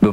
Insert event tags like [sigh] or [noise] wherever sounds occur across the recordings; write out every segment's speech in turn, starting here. The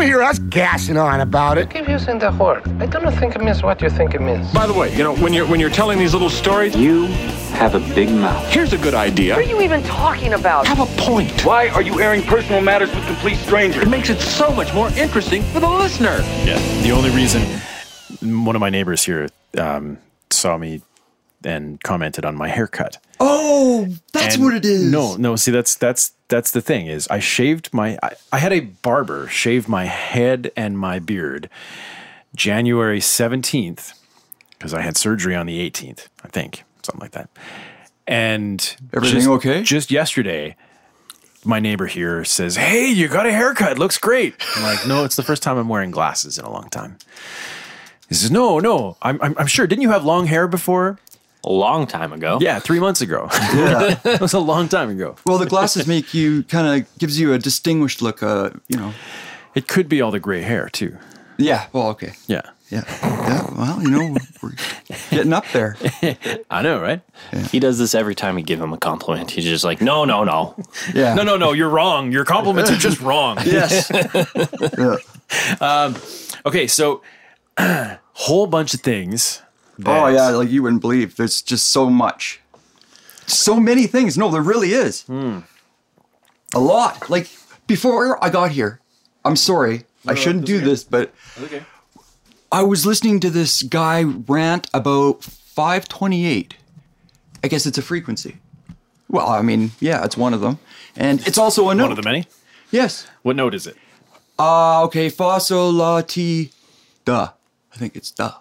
hear us gassing on about it. keep using the word. I don't think it means what you think it means. By the way, you know, when you're when you're telling these little stories, You have a big mouth. here's a good idea. What are you even talking about? Have a point. Why are you airing personal matters with complete strangers? It makes it so much more interesting for the listener. Yeah. The only reason one of my neighbors here um, saw me and commented on my haircut. Oh, that's And- what it is. No, no. See, that's that's that's the thing is I shaved my I, I had a barber shave my head and my beard January seventeenth because I had surgery on the eighteenth, I think, something like that. And Everything just- okay? Just yesterday. My neighbor here says, "Hey, you got a haircut. Looks great." I'm like, "No, it's the first time I'm wearing glasses in a long time." He says, "No, no, I'm, I'm, I'm sure. Didn't you have long hair before? A long time ago. Yeah, three months ago. [laughs] that was a long time ago. Well, the glasses make you kind of gives you a distinguished look. Uh, you know. It could be all the gray hair too. Yeah. Well, okay. Yeah. Yeah. yeah well, you know, we're getting up there. I know, right? He does this every time we give him a compliment. He's just like, no, no, no. Yeah. No, no, no, you're wrong. Your compliments are just [laughs] wrong. Yes. Yeah. Okay, so [clears throat] whole bunch of things. Oh that- yeah, like you wouldn't believe. There's just so much, so many things. No, there really is. Hmm. A lot. Like before I got here, I'm sorry. I shouldn't do this, but I was listening to this guy rant about 528. I guess it's a frequency. Well, I mean, yeah, it's one of them, and it's also a note. One of the many. Yes. What note is it? Uh, okay, fossil la ti da. I think it's da.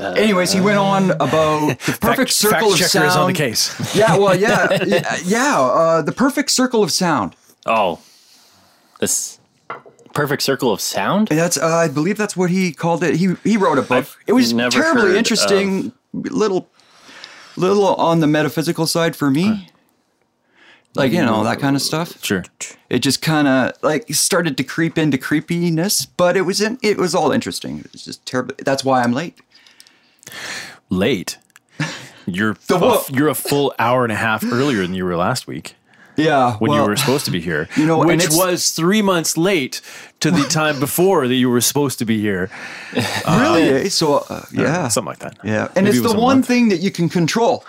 Anyways, he went [laughs] on about the fact perfect circle of checker sound. is on the case. Yeah, [laughs] well, yeah, yeah, yeah, uh, the perfect circle of sound. Oh, this perfect circle of sound? That's, uh, I believe, that's what he called it. He he wrote a book. I've it was never terribly heard interesting, little, little on the metaphysical side for me. like you know that kind of stuff. Sure. It just kind of like started to creep into creepiness, but it was in, it was all interesting. It was just terrible. That's why I'm late. Late. You're a- wolf. you're a full hour and a half earlier than you were last week Yeah, when well, you were supposed to be here. You know, and which it's- was three months late to the time before that you were supposed to be here. really. eh? so uh, yeah, Something like that. yeah, and Maybe it it's was the a one month. thing that you can control.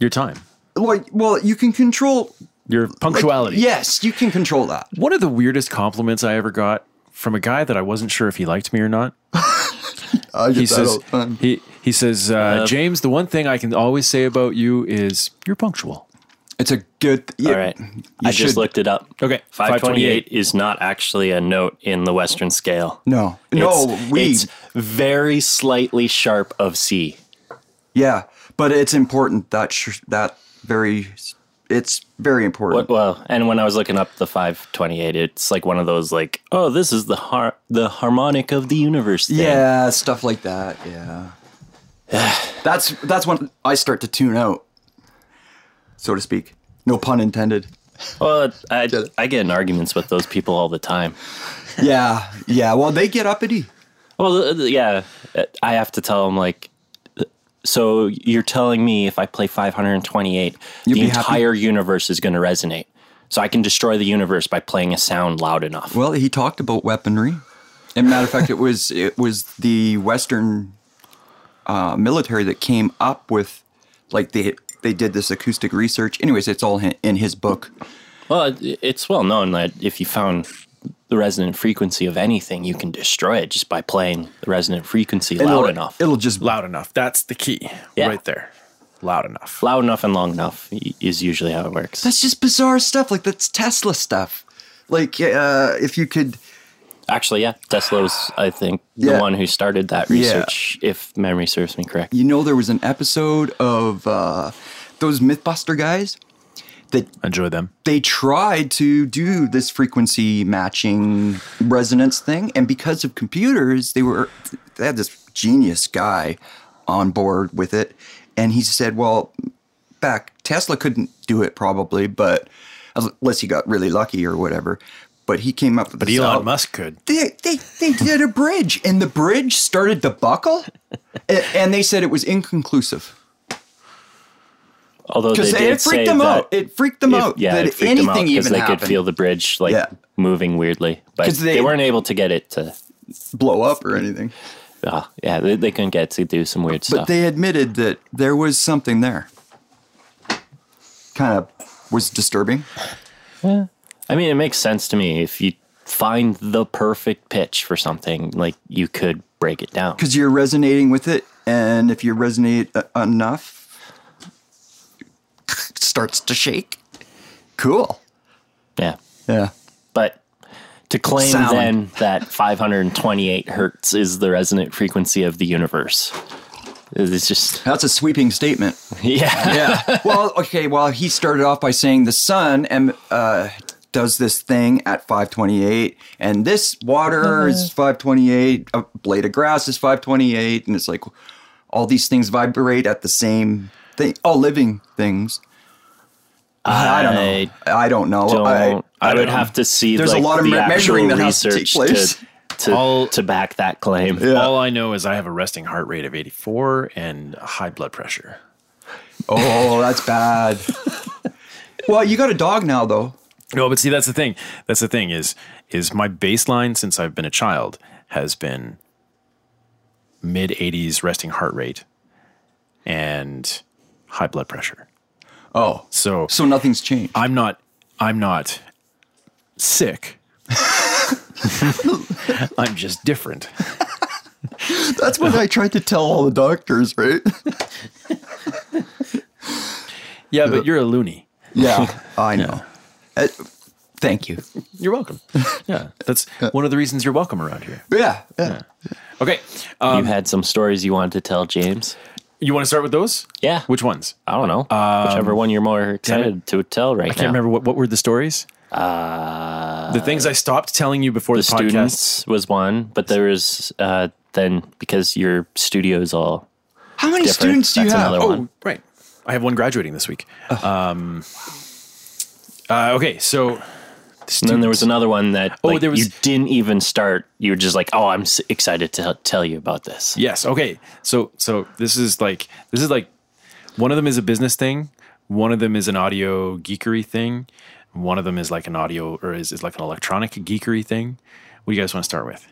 Your time. Like, well, you can control Your like, punctuality. Yes, you can control that. One of the weirdest compliments I ever got from a guy that I wasn't sure if he liked me or not. [laughs] I um, He says, he, he says, uh, James, the one thing I can always say about you is you're punctual. it's a good. Yeah, All right. I just should- looked it up. Okay, 528 is not actually a note in the Western scale. No, no, It's- we. It's very slightly sharp of C. yeah, but it's important that sh- that very. It's very What, important. well, and when I was looking up the 528, it's like one of those like, oh, this is the har- the harmonic of the universe. Thing. Yeah, stuff like that. Yeah. that's that's when I start to tune out, so to speak. No pun intended. Well, I, Get it. I get in arguments with those people all the time. Yeah, yeah. Well, they get uppity. Well, th- th- yeah, I have to tell them like, uh, so you're telling me if I play 528, the be happy? entire universe is going to resonate. So I can destroy the universe by playing a sound loud enough. Well, he talked about weaponry. And matter of fact, it was it was the Western uh, military that came up with, like they they did this acoustic research. Anyways, it's all hi- in his book. Well, it, it's well known that if you found the resonant frequency of anything, you can destroy it just by playing the resonant frequency loud it'll, enough. It'll just Loud enough. That's the key Yeah. right there. Loud enough. loud enough and long enough y- is usually how it works. that's just bizarre stuff. Like that's Tesla stuff. Like uh, if you could. Actually, yeah, Tesla's I think Yeah. the one who started that research, if memory serves me correct. you know there was an episode of uh, those mythbuster guys that Enjoy them. they tried to do this frequency matching resonance thing and because of computers they were they had this genius guy on board with it and he said well back tesla couldn't do it probably but unless he got really lucky or whatever but he came up with But this Elon out- Musk could. they, they, they did a bridge and the bridge started to buckle A- and they said it was inconclusive Although they because did it say freaked them that out it freaked them if- out yeah, that it freaked them out anything because even they happened could feel the bridge like Yeah. moving weirdly, but 'Cause they- they, weren't able to get it to. blow up or anything Uh, yeah, they, they couldn't get to do some weird But stuff. they admitted that there was something there. Kind of was disturbing. I mean, it makes sense to me if you find the perfect pitch for something, like you could break it down. Because you're resonating with it, and if you resonate uh, enough, it starts to shake. Cool. Yeah, Yeah. but to claim Sound. then that 528 hertz is the resonant frequency of the universe is just That's a sweeping statement. yeah. Yeah. [laughs] well, okay. Well, he started off by saying the sun and uh, does this thing at 528, and this water is 528, a blade of grass is 528, and it's like all these things vibrate at the same thing. All living things. I, don't know. I don't know. Don't, I, don't would know. have to see. There's a like, lot of the me- actual measuring that has to take research place. to to, All- to back that claim. All I know is I have a resting heart rate of 84 and high blood pressure. Oh, that's [laughs] bad. well, you got a dog now, though. No, but see, that's the thing. That's the thing is is my baseline since I've been a child has been mid 80s resting heart rate and high blood pressure. Oh, So so nothing's changed. I'm not I'm not [laughs] sick. I'm just different. That's what I tried to tell all the doctors, right? Yeah, but you're a loony. Yeah, [laughs] I know. Uh, thank you. You're [laughs] welcome. Yeah, that's one of the reasons you're welcome around here. Yeah, yeah. Okay, uh, you had some stories you wanted to tell James. you want to start with those? Yeah. Which ones? I don't know. Whichever one you're more excited to tell right Um, I can't now. remember what, what were the stories. Uh, the things I stopped telling you before the, The podcast. students was one, but there was uh, then because your studio is all How many different. students do you that's have? another Oh, one. Oh. Right. I have one graduating this week. Um, uh, okay, so And then there was another one that Oh, like, there was- you didn't even start. You were just like, oh, I'm s- excited to h- tell you about this. Yes. Okay. So so this is like this is like one of them is a business thing, one of them is an audio geekery thing, and one of them is like an audio or is, is like an electronic geekery thing. What do you guys want to start with?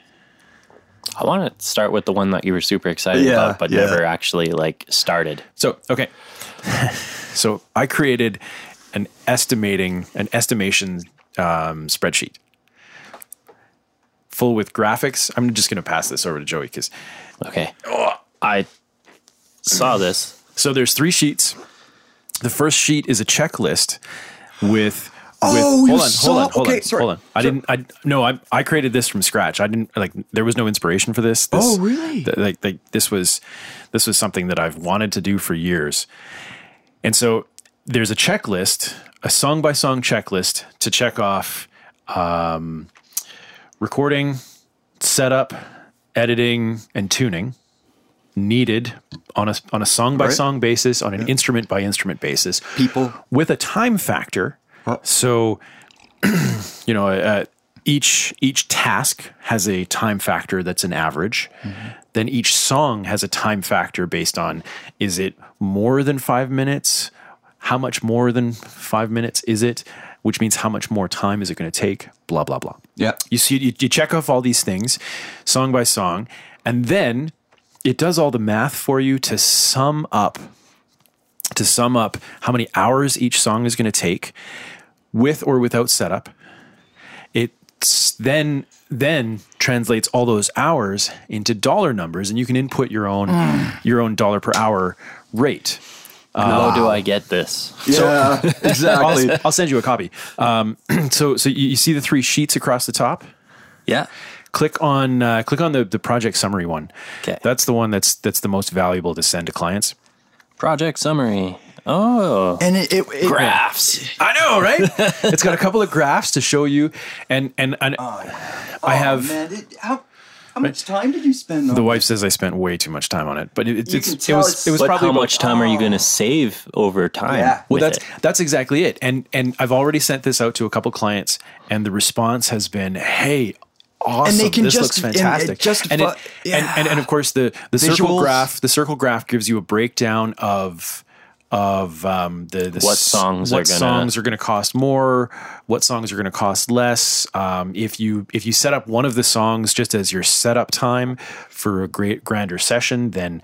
I want to start with the one that you were super excited Yeah, about, but yeah. never actually like started. So okay. [laughs] so I created an estimating an estimation um, spreadsheet full with graphics. I'm just gonna pass this over to Joey because Okay. Oh. I saw this. so there's three sheets. The first sheet is a checklist with. with, Oh, you hold on, saw- hold on, hold okay, on, sorry. hold on. I didn't. I no. I I created this from scratch. I didn't like. There was no inspiration for this. this Oh, really? th- like, like this was, this was something that I've wanted to do for years, and so there's a checklist, a song by song checklist to check off, um, recording, setup, editing, and tuning needed on a on a song by song basis, on an instrument by instrument basis, People. with a time factor. So, [clears throat] you know, uh, each each task has a time factor that's an average. Then each song has a time factor based on is it more than five minutes? How much more than five minutes is it? Which means how much more time is it going to take? Blah blah blah. Oh. Yeah. You see, you, you check off all these things, song by song, and then it does all the math for you to sum up, to sum up how many hours each song is going to take, with or without setup. It then then translates all those hours into dollar numbers, and you can input your own your own dollar per hour rate. How do I get this? yeah, exactly. I'll, I'll send you a copy. Um, [clears throat] so so you, you see the three sheets across the top. Yeah. click on uh, click on the the project summary one. 'Kay. That's the one that's that's the most valuable to send to clients. Project summary. Oh, and it, it, it graphs. I know, right? [laughs] it's got a couple of graphs to show you, and and, and Uh-huh. I have. oh, Man, it, how, how much time did you spend on The wife says I spent way too much time on it, but it, it's You it's- can it tell was it's- it was But probably Oh. how about- much time are you going to save over time? Yeah. Well, with that's it? that's exactly it, and and I've already sent this out to a couple clients, and the response has been, "Hey, awesome! can this just- looks and it fantastic." justif- and, and, yeah. and and of course the the circle Visuals. graph the circle graph gives you a breakdown of of um, the, the What s- songs what are gonna- songs are going to cost more, what songs are going to cost less. Um, if you if you set up one of the songs just as your setup time for a great grander session, then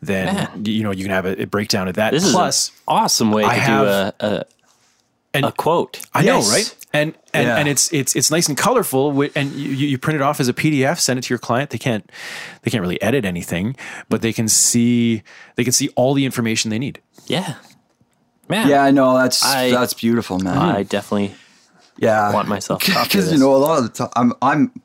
then you know you can have a, a breakdown of that. this Plus, is an awesome way to I have- do a a, and- a quote. I Yes. know, right? And and, Yeah. and it's it's it's nice and colorful, wi- and you, you you print it off as a PDF, send it to your client. They can't they can't really edit anything, but they can see they can see all the information they need. yeah, man. Yeah, no, that's I- that's beautiful, man. I definitely yeah, want myself a [laughs] copy of because you this. know a lot of the time I'm I'm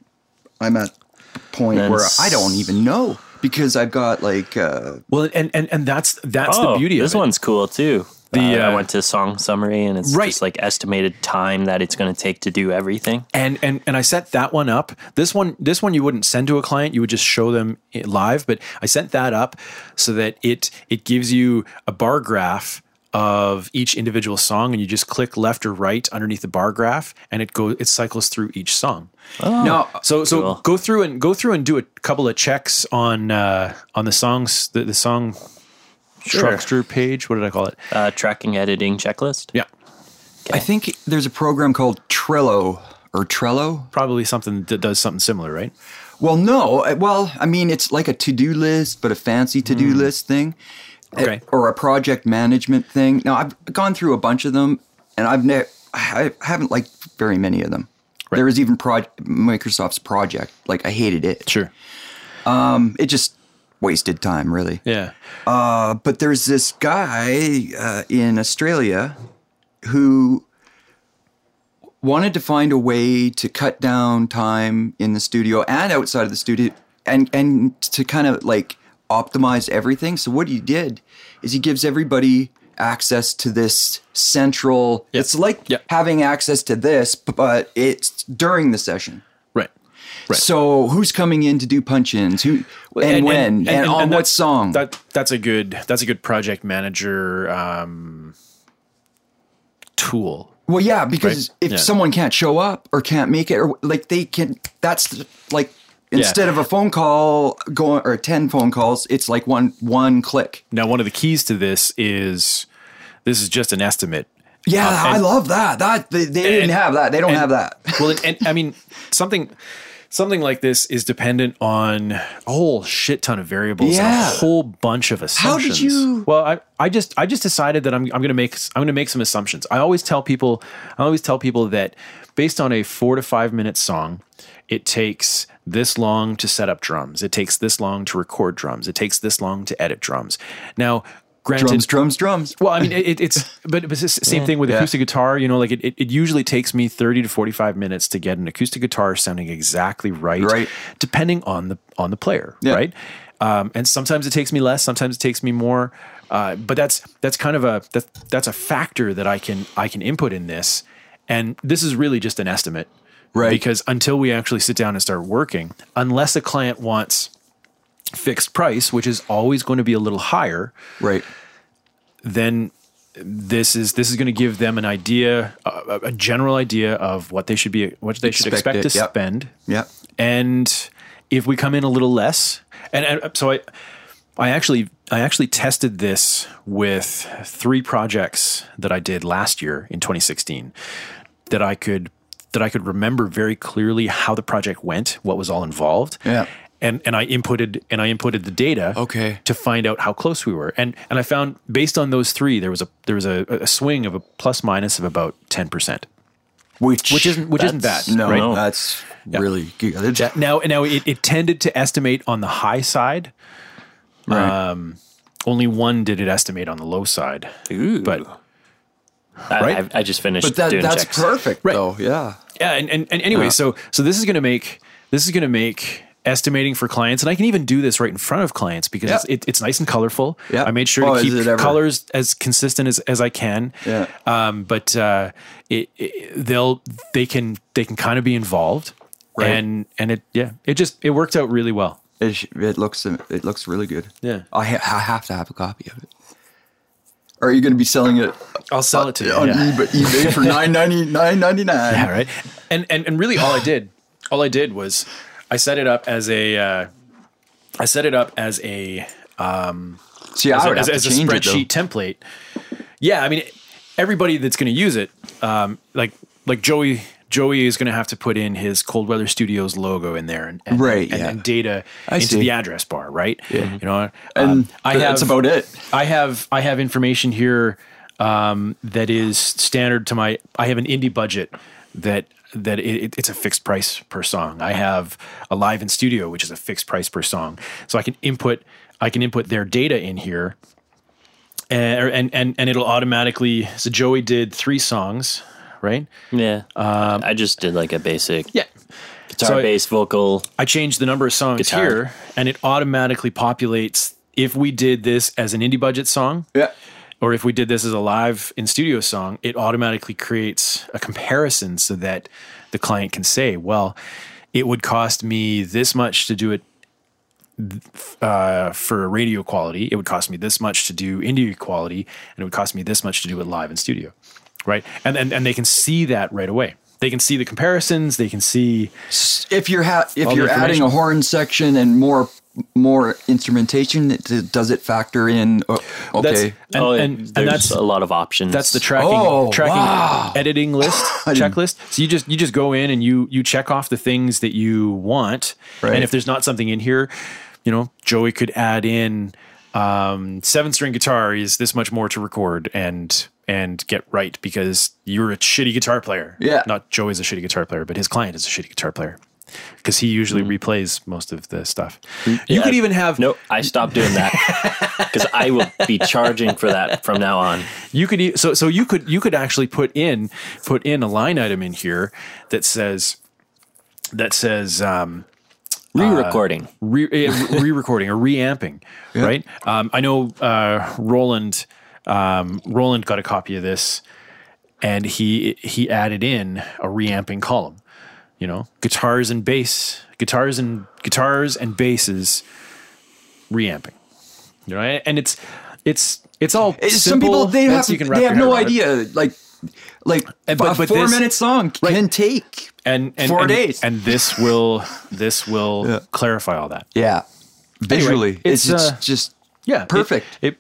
I'm at a point Then where s- I don't even know because I've got like uh, Well, and and and that's that's the Oh, beauty This of it. one's cool too. The, The uh, I went to song summary and it's Right. just like estimated time that it's going to take to do everything. and and and I set that one up. This one this one you wouldn't send to a client; you would just show them it live. But I sent that up so that it it gives you a bar graph of each individual song, and you just click left or right underneath the bar graph, and it goes it cycles through each song. no So so Oh, Cool. go through and go through and do a couple of checks on uh, on the songs the, the song structure page. What did I call it? Uh, tracking editing checklist. Yeah, I think there's a program called Trello or Trello. probably something that does something similar, right? Well, no. uh, Well, I mean, it's like a to-do list, but a fancy to-do list thing, uh, Hmm. Okay. or a project management thing. Now, I've gone through a bunch of them, and I've ne- I I haven't liked very many of them. There was even pro- Microsoft's project. Like, I hated it. Sure. It just wasted time, really. Yeah. Uh, but there's this guy uh, in Australia who wanted to find a way to cut down time in the studio and outside of the studio and and to kind of like optimize everything. So what he did is he gives everybody access to this central it's like Yeah. having access to this but it's during the session. Right. Right. So who's coming in to do punch-ins? Who and, when and, on what that's- song? That that's a good that's a good project manager um, tool. Well, yeah, because if Yeah. someone can't show up or can't make it, or like they can, that's the- like instead of a phone call going or ten phone calls, it's like one one click. Now, one of the keys to this is this is just an estimate. Yeah, Uh, I and- love that. That they, they didn't and- have that. They don't have that. well, and, and I mean something something like this is dependent on a whole shit ton of variables Yeah. and a whole bunch of How did assumptions. you- Well, I, I just I just decided that I'm I'm gonna make I'm gonna make some assumptions. I always tell people I always tell people that based on a four to five minute song, it takes this long to set up drums. It takes this long to record drums. It takes this long to edit drums. Now, granted, Drums, drums, drums. well, I mean, it, it- it's but it's the same thing with acoustic guitar. You know, like it, it, it usually takes me thirty to forty-five minutes to get an acoustic guitar sounding exactly right, Right. depending on the on the player, Yeah. right? Um, and sometimes it takes me less, sometimes it takes me more. Uh, but that's that's kind of a that's that's a factor that I can I can input in this, and this is really just an estimate, Right. Because until we actually sit down and start working, unless a client wants fixed price, which is always going to be a little higher, Right. then this is this is going to give them an idea, a, a- a general idea of what they should be, what they should Expect expect it, to yep. spend, Yeah. and if we come in a little less, and, and uh, so I, I actually I actually tested this with three projects that I did last year in 2016 that I could that I could remember very clearly how the project went, what was all involved. Yeah. And and I inputted and I inputted the data Okay. to find out how close we were. And and I found based on those three there was a there was a, a swing of a plus minus of about 10%. Which Which isn't which isn't bad. That's- no, right? that's really good. Now, now it, it tended to estimate on the high side. uh, Right. Only one did it estimate on the low side. Ooh. But I, right? I, I just finished but that doing that's checks. perfect Right. though. Yeah. yeah, and, and, and anyway, so so this is gonna make this is gonna make estimating for clients, and I can even do this right in front of clients because Yeah. it's, it, it's nice and colorful. Yeah. I made sure Oh, to is keep it ever- colors as consistent as, as I can. Yeah. Um, but uh, it, it, they'll they can they can kind of be involved, Right. and and it yeah it just it worked out really well. It, sh- it looks it looks really good. Yeah. I, ha- I have to have a copy of it. Are you going to be selling it I'll sell it to you. on yeah. eBay, [laughs] eBay for nine ninety nine ninety [laughs] nine? All right. And and and really, all I did, all I did was, I set it up as a, uh, I set it up as a See, as, I a, would as, have as to a change it spreadsheet though. template. Yeah, I mean, everybody that's going to use it, um, like like Joey, Joey is going to have to put in his Cold Weather Studios logo in there, and, and Right, and, yeah. and data I into see. the address bar, right? Yeah, you know, And um, I th- have that's about it. I have I have information here um, that is standard to my. I have an indie budget that that it, it- it's a fixed price per song. I have a live in studio which is a fixed price per song. So I can input I can input their data in here, and and and, and it'll automatically. So Joey did three songs, right? Yeah. I just did like a basic Um, Yeah. guitar, so I- bass, vocal. I change the number of songs Guitar. here, and it automatically populates. If we did this as an indie budget song, Yeah. or if we did this as a live in studio song, it automatically creates a comparison so that the client can say, well, it would cost me this much to do it uh, for radio quality. It would cost me this much to do indie quality, and it would cost me this much to do it live in studio, right? And and, and they can see that right away. They can see the comparisons. They can see If you're ha- if All the you're adding information. a horn section and more more instrumentation, it- it- does it factor in? Oh, that's, okay. and, oh, and, there's and that's a lot of options. That's the tracking Oh, tracking wow. [laughs] editing list didn't- checklist. So you just you just go in and you you check off the things that you want. Right. And if there's not something in here, you know, Joey could add in um seven string guitar is this much more to record and and get right because you're a shitty guitar player. Yeah. Not Joey's a shitty guitar player, but his client is a shitty guitar player. Because he usually replays most of the stuff. You could even have Nope, I stopped [laughs] doing that because I will be charging for that from now on. You could e- so so you could you could actually put in put in a line item in here that says that says um, Re-recording. re eh, re-recording or reamping, right? Um, I know uh, Roland um, Roland got a copy of this, and he he added in a reamping column. You know, guitars and bass, guitars and guitars and basses, reamping. You know, and it's it's it's all It- simple. Eh, Some people they That's- have you can wrap they your have head no around it. idea. Like like And- but- a but four this- eh, minute song can take. and, and Four and- days. and this will this will clarify all that Yeah. Visually, it's, it's, it's uh, just yeah it- perfect. it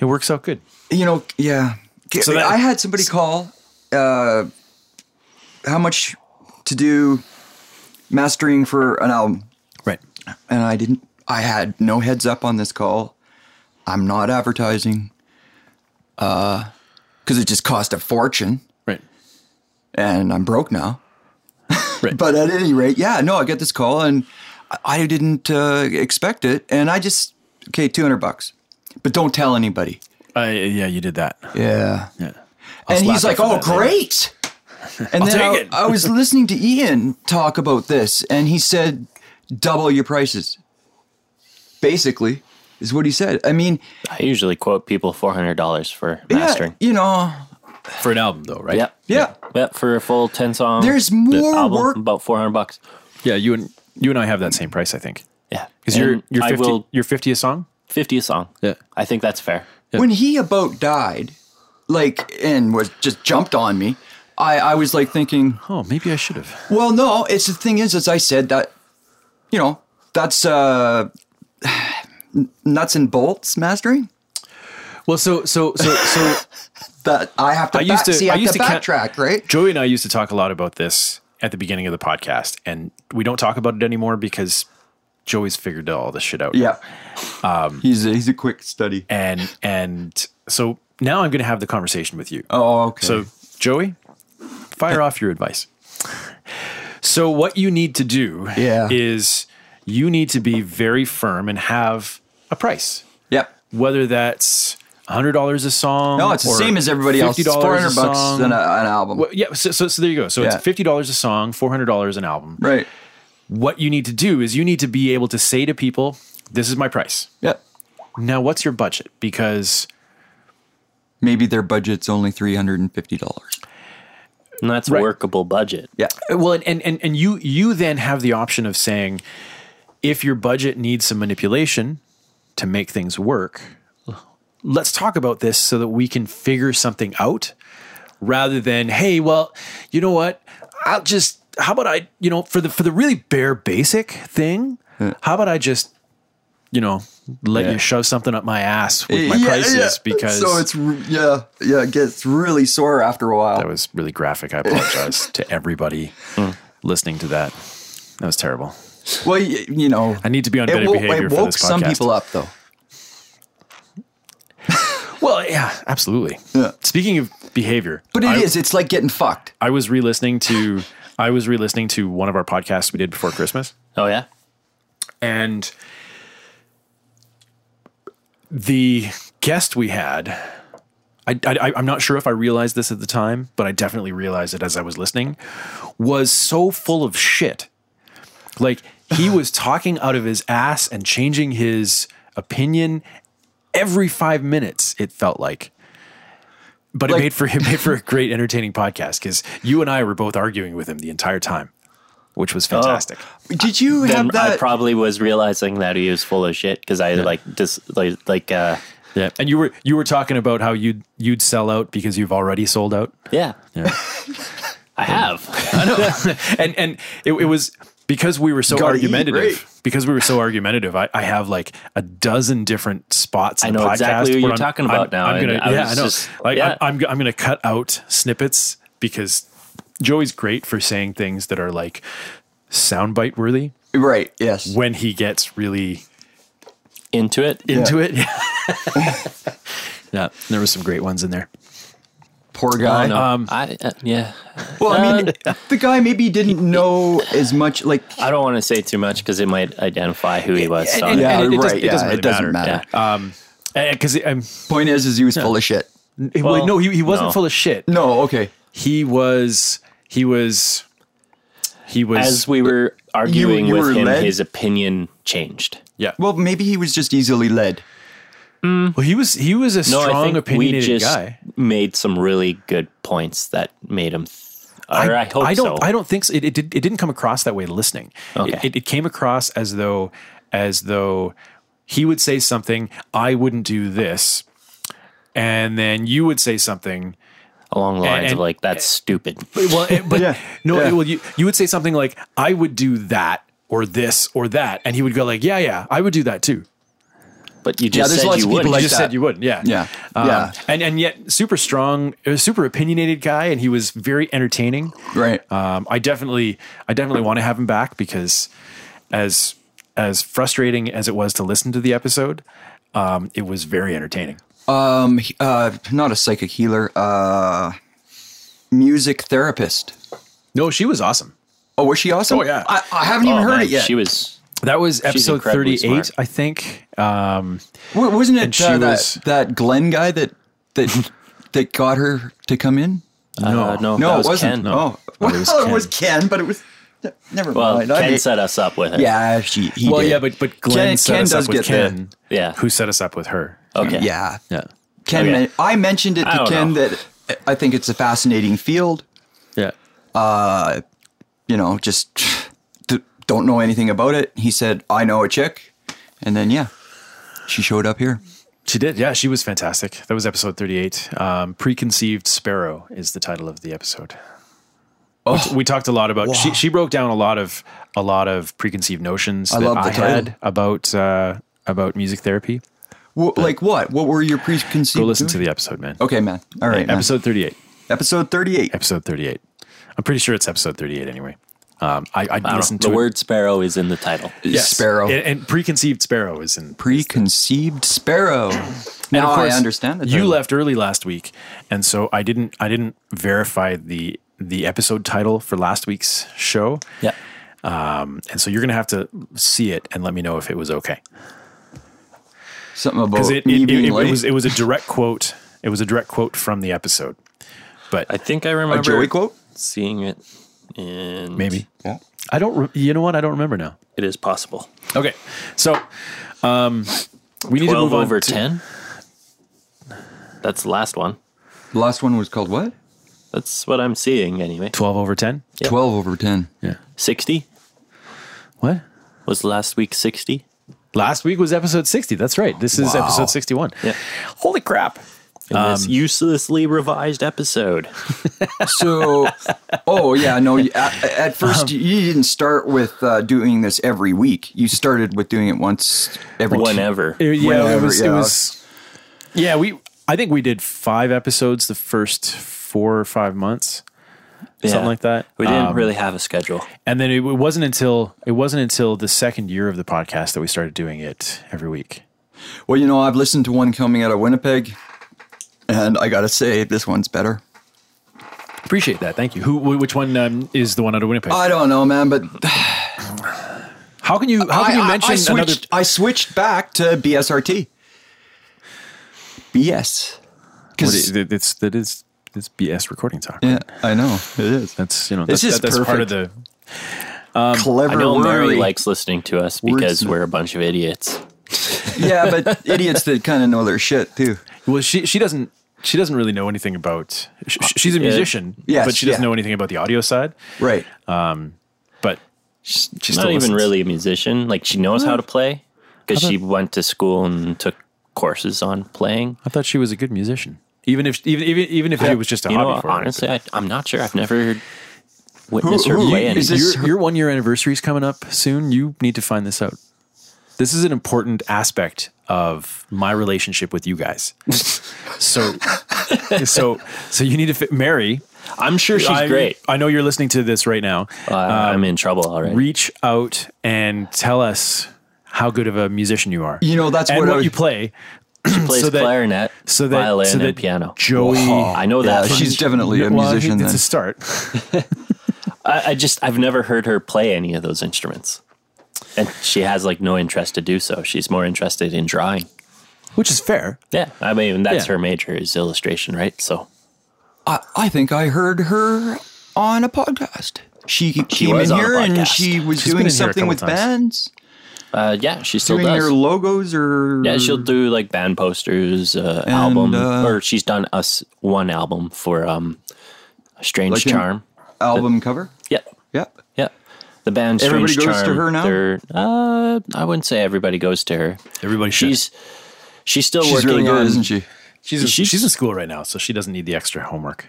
it, works out good you know, yeah. So that- I had somebody call uh, how much to do mastering for an album, right and I didn't. I had no heads up on this call. I'm not advertising because it just cost a fortune, right and I'm broke now. Right. [laughs] but at any rate, yeah, no, I get this call, and I, I didn't uh, expect it, and I just okay, two hundred bucks, but don't tell anybody. uh, yeah you did that Yeah. yeah slap and he's you like, for "Oh, that later." [laughs] great!" And then take I, it. I [laughs] was listening to Ian talk about this, and he said, "Double your prices." Basically, is what he said. I mean, I usually quote people four hundred dollars for yeah, mastering. you know, for an album though right Yep. yeah, Yep. For a full ten song. There's the more work- About four hundred bucks. yeah you and you and I have that same price I think Yeah. because you're And you're I fifty will you're fifty a song fifty a song. Yeah. I think that's fair. when he about died, like, and was just jumped on me. I, I was like thinking, oh maybe I should have well, no. It's the thing is, as I said that, you know, that's uh, [sighs] nuts and bolts mastering. well so so so [laughs] so That I have to. I used back, to- see, I I, have used to to count- backtrack, right? Joey and I used to talk a lot about this at the beginning of the podcast and we don't talk about it anymore because Joey's figured all this shit out Yeah. he's a, Um, he's a quick study. and and so now I'm going to have the conversation with you. Oh, okay. So Joey, fire off your advice. So what you need to do Yeah. is you need to be very firm and have a price, yep. whether that's hundred dollars a song. No, it's the or same as everybody else. It's $50 a four hundred bucks song. an, an album, Well, yeah, so, so so there you go. So Yeah. it's fifty dollars a song, four hundred dollars an album. right? What you need to do is you need to be able to say to people, this is my price. Yeah. Now, what's your budget? Because Maybe their budget's only three hundred and fifty dollars. And that's Right. workable budget. Yeah. well and, and and and you you then have the option of saying if your budget needs some manipulation to make things work let's talk about this so that we can figure something out rather than hey well you know what i'll just how about i you know for the for the really bare basic thing how about i just you know let you shove something up my ass with my Yeah, prices yeah. because so it's re- yeah yeah it gets really sore after a while. that was really graphic. I apologize to everybody listening to that. That was terrible. well, you, you know, I need to be on better it, wo- behavior it for woke this podcast. some people up though. Well, yeah, absolutely. Speaking of behavior, But it I, is, It's like getting fucked. I was re-listening to I was re-listening to one of our podcasts we did before Christmas, Oh yeah. and the guest we had. I, I, I'm not sure if I realized this at the time, but I definitely realized it as I was listening. Was so full of shit Like he was talking out of his ass and changing his opinion every five minutes. It felt like, but it Like- made for it made for a great entertaining podcast because you and I were both arguing with him the entire time, which was fantastic. Did you Then have that? I probably was realizing that he was full of shit because I like just like like uh Yeah, and you were you were talking about how you'd you'd sell out because you've already sold out, yeah. [laughs] I have. and and it, it was because we were so Gotta eat, argumentative. right? Because we were so argumentative, I, I have like a dozen different spots. In I know the podcast exactly what where you're I'm- talking I'm- about now, I'm gonna, and I yeah, was I know. just- like, yeah. I'm, I'm, I'm going to cut out snippets because Joey's great for saying things that are like soundbite worthy right. Yes. when he gets really Into it. into [laughs] it. Yeah. yeah, there were some great ones in there. Poor guy. Um, I uh, yeah. Well, I mean, the guy maybe didn't know as much. Like, I don't want to say too much because it might identify who he was. So and- yeah, it right. doesn't- it yeah, doesn't really it doesn't matter. matter. Uh, Because um, Point is, is he was full of shit. he- Well, no, he, he wasn't no. full of shit. No. Okay. He was. He was. He was. as we were arguing you with were him, led? his opinion changed. yeah. Well, maybe he was just easily led. Well, he was. He was a No, I strong, think we opinionated just guy. made some really good points that made him. Th- or I, hope don't. so. I don't think so. It, it did. It didn't come across that way. Listening, Okay. it, it, it came across as though, as though he would say something, I wouldn't do this, and then you would say something. Along the lines and- of like that's stupid. Well, it- [laughs] but Yeah, no, yeah. well, you you would say something like, I would do that or this or that, and he would go like, Yeah, yeah, I would do that too. But you Yeah, just there's said lots you of people would. like you just that. said you would, yeah, Yeah, Um, yeah. and and yet super strong, uh, super opinionated guy, and he was very entertaining. Right. Um, I definitely, I definitely want to have him back because, as as frustrating as it was to listen to the episode, um, it was very entertaining. Um. he- Uh. Not a psychic healer. Uh. Music therapist. No, she was awesome. Oh, was she awesome? Oh, yeah. I, I haven't even Oh, heard man, it yet. She was. That was episode incredibly thirty-eight, smart. I think. Um, Wa- wasn't it and she uh, that was- that Glenn guy that that that got her to come in? No, uh, no, No, that it wasn't. Ken. Oh, [laughs] well, it was, Ken. but it was never Well, mind. I Ken hate- set us up with it. yeah, she. He well, did. yeah, but but Glenn Ken- set Ken us up does with get the- Ken, Yeah. who set us up with her. Okay. yeah, Yeah, Ken. Okay. men- I mentioned it I to don't Ken know. that I think it's a fascinating field. yeah. You know, just d- don't know anything about it. He said, "I know a chick," and then yeah, she showed up here. She did. Yeah, she was fantastic. That was episode 38. Um, Preconceived Sparrow is the title of the episode. Oh. Which we talked a lot about. She, she broke down a lot of a lot of preconceived notions that love the I title. had about uh, about music therapy. Wha- like what? What were your preconceived? Go listen to the episode, man. Okay, man. All right, man. Episode 38. episode thirty-eight. Episode 38. I'm pretty sure it's episode 38 anyway. Um, I, I I listened don't to know. The it. word sparrow is in the title. Yes. Sparrow. And, and Preconceived Sparrow is in preconceived sparrow. And now of course, I understand that you left early last week, and so I didn't. I didn't verify the the episode title for last week's show, Yeah. and so you're gonna have to see it and let me know if it was okay something about because it, me it, it, being it late. was it was a direct quote. It was a direct quote from the episode. I think I a remember Joey quote. seeing it. and Maybe. Yeah. I don't. Re- you know what? I don't remember now. it is possible. Okay. So, um, we need to Twelve move on over to- ten. That's the last one. The last one was called what? That's what I'm seeing anyway. Twelve over ten. Yeah. 12 over 10. Sixty What? was last week. Sixty. Last week was episode sixty. That's right. This is episode sixty-one. Yeah. Holy crap! In this uselessly revised episode. So, oh, yeah, no, you, at, at first Um, you, you didn't start with uh, doing this every week. You started with doing it once every two- Whenever. It- yeah, it Whenever, was. It yeah. was. Yeah, we. I think we did five episodes the first four or five months, Yeah. something like that. We didn't Um, really have a schedule. and then it, it wasn't until it wasn't until the second year of the podcast that we started doing it every week. Well, you know, I've listened to one coming out of Winnipeg, and I got to say, this one's better. Appreciate that. Thank you. Who? wh- Which one um, is the one out of Winnipeg? I don't know, man, but how can you? How I, can you I- mention I switched, another? I switched back to BSRT. BS. What 'Cause- is- it- it's that is it's BS recording talk. yeah, I know. It Um, is. That's you know This that's, is that- that's part of the perfect. Clever I know Murray Larry. likes listening to us because we're a bunch of idiots. yeah, [laughs] but idiots that kind of know their shit, too. well she she doesn't she doesn't really know anything about sh- sh- she's a musician Uh, Yes, but she doesn't yeah. know anything about the audio side Right. but She's still not even listens. really a musician. Like she knows how to play because she went to school and took courses on playing. I thought she was a good musician even if even even, even if it was just a You hobby know, for honestly, I, I'm not sure. I've never witnessed her play her. anything. is this- your, your one year anniversary is coming up soon you need to find this out this is an important aspect of my relationship with you [laughs] guys so so so you need to fit Mary I'm sure she's I- great. I know you're listening to this right now Um, Uh, I'm in trouble already. reach out and tell us how good of a musician you are. You know, that's and what what, I was- you play. she plays so that- clarinet, So that violin, so that and piano. Joey, I know Yeah, that. much. she's definitely a Well, I think musician then. It's a start. I, I just I've never heard her play any of those instruments, and she has like no interest to do so. She's more interested in drawing. Which is fair. Yeah, I mean that's Yeah. her major is illustration, right? So I, I think I heard her on a podcast. She came was in on a here and podcast. she was She's been in doing here a something couple with times. bands, uh, yeah, she still doing does. their logos or yeah, she'll do like band posters, uh, album, Mm. uh, or she's done us one album for um, Strange Like an- Charm. album cover. Yep, Yep. yep. The band Strange Everybody goes to Charm, her now? they're- uh, I wouldn't say everybody goes to her. Everybody should. She's she's still She's working really good, on. isn't she? She's, she's she's- in school right now, so she doesn't need the extra homework.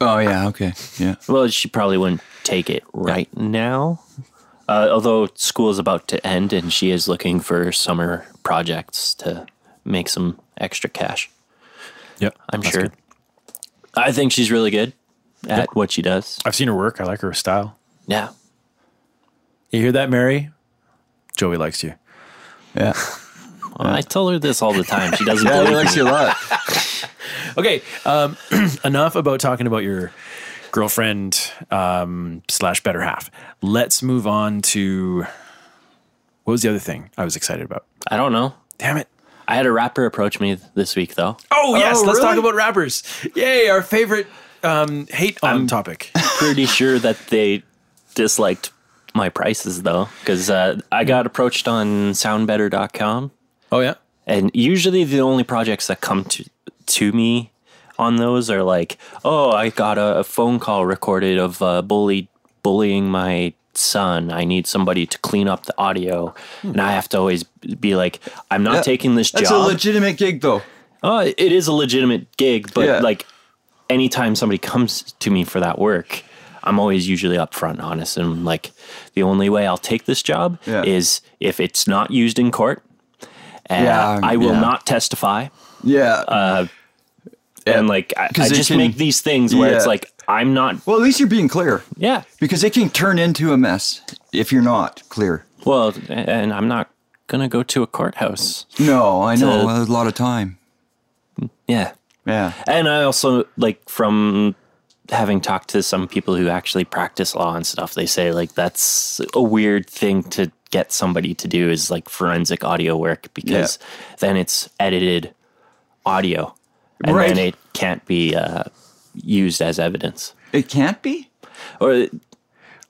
Oh yeah. Okay. Yeah. Well, she probably wouldn't take it right now. Uh, although school is about to end and she is looking for summer projects to make some extra cash. Yep, I'm that's sure. good. I think she's really good at what she does. I've seen her work. I like her style. Yeah. You hear that, Mary? Joey likes you. Yeah. Well, I tell her this all the time. She doesn't Yeah, he believe likes me. you a lot. Okay, um, [clears throat] enough about talking about your girlfriend um, slash better half. Let's move on to what was the other thing I was excited about? I don't know. Damn it! I had a rapper approach me this week, though. Oh yes, let's talk really? about rappers. Yay, our favorite um, hate on topic. Pretty sure that they disliked my prices, though, because uh, I got approached on soundbetter.com. oh yeah, and usually the only projects that come to to me on those are like oh i got a, a phone call recorded of uh, bully bullying my son i need somebody to clean up the audio and i have to always be like i'm not Hmm. Yeah. taking this That's a job legitimate gig, though. oh, it is a legitimate gig but Yeah. like anytime somebody comes to me for that work i'm always usually upfront and honest and like the only way i'll take this job Yeah. is if it's not used in court and Yeah, i will yeah. not testify Yeah. Uh, and like I, I 'Cause it just can- make these things where it's yeah. like I'm not. well, at least you're being clear Yeah. because it can turn into a mess if you're not clear. Well, and I'm not gonna go to a courthouse. No, I know. To- well, there's a lot of time. Yeah. Yeah. And I also like from having talked to some people who actually practice law and stuff. They say like that's a weird thing to get somebody to do is like forensic audio work because then it's edited audio and Right. then it can't be uh, used as evidence It can't be. or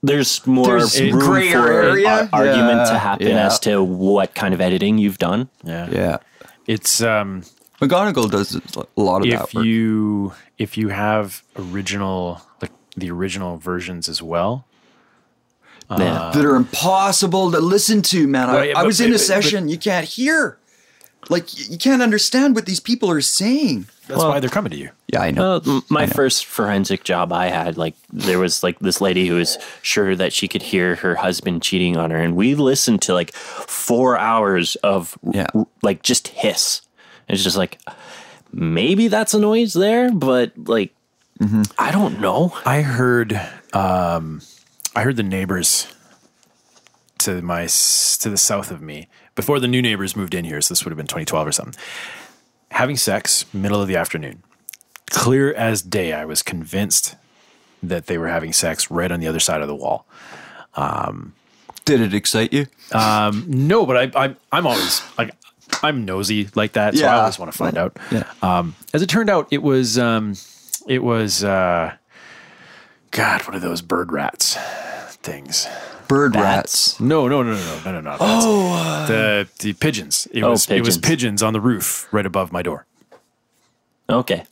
there's more There's room gray for area. ar- argument Yeah, to happen yeah. as to what kind of editing you've done. Yeah. Yeah. It's um McGonagall does a lot of if that work. you if you have original like the original versions as well. Yeah. that are impossible to listen to, man. I, Right, I but- was in a but- session you can't hear. Like y- you can't understand what these people are saying. That's why they're coming to you. Yeah, I know. Well, Uh, m- my first forensic job I had, like, there was like this lady who was sure that she could hear her husband cheating on her, and we listened to like four hours of r- Yeah. r- like just hiss. It's just like maybe that's a noise there, but like Mm-hmm. I don't know. I heard um I heard the neighbors to my s- to the south of me before the new neighbors moved in here so this would have been 2012 or something. Having sex middle of the afternoon. Clear as day I was convinced that they were having sex right on the other side of the wall. Did it excite you? No, but I, I I'm always like I'm nosy like that, so I Yeah. always want to find out. Yeah. Um, as it turned out, it was um, it was uh, God, what are those bird rats things? Bird [laughs] Bats. rats. No, no, no, no, no, no, no, no. Oh, the the pigeons. It Oh, was it was pigeons. pigeons on the roof right above my door. Okay,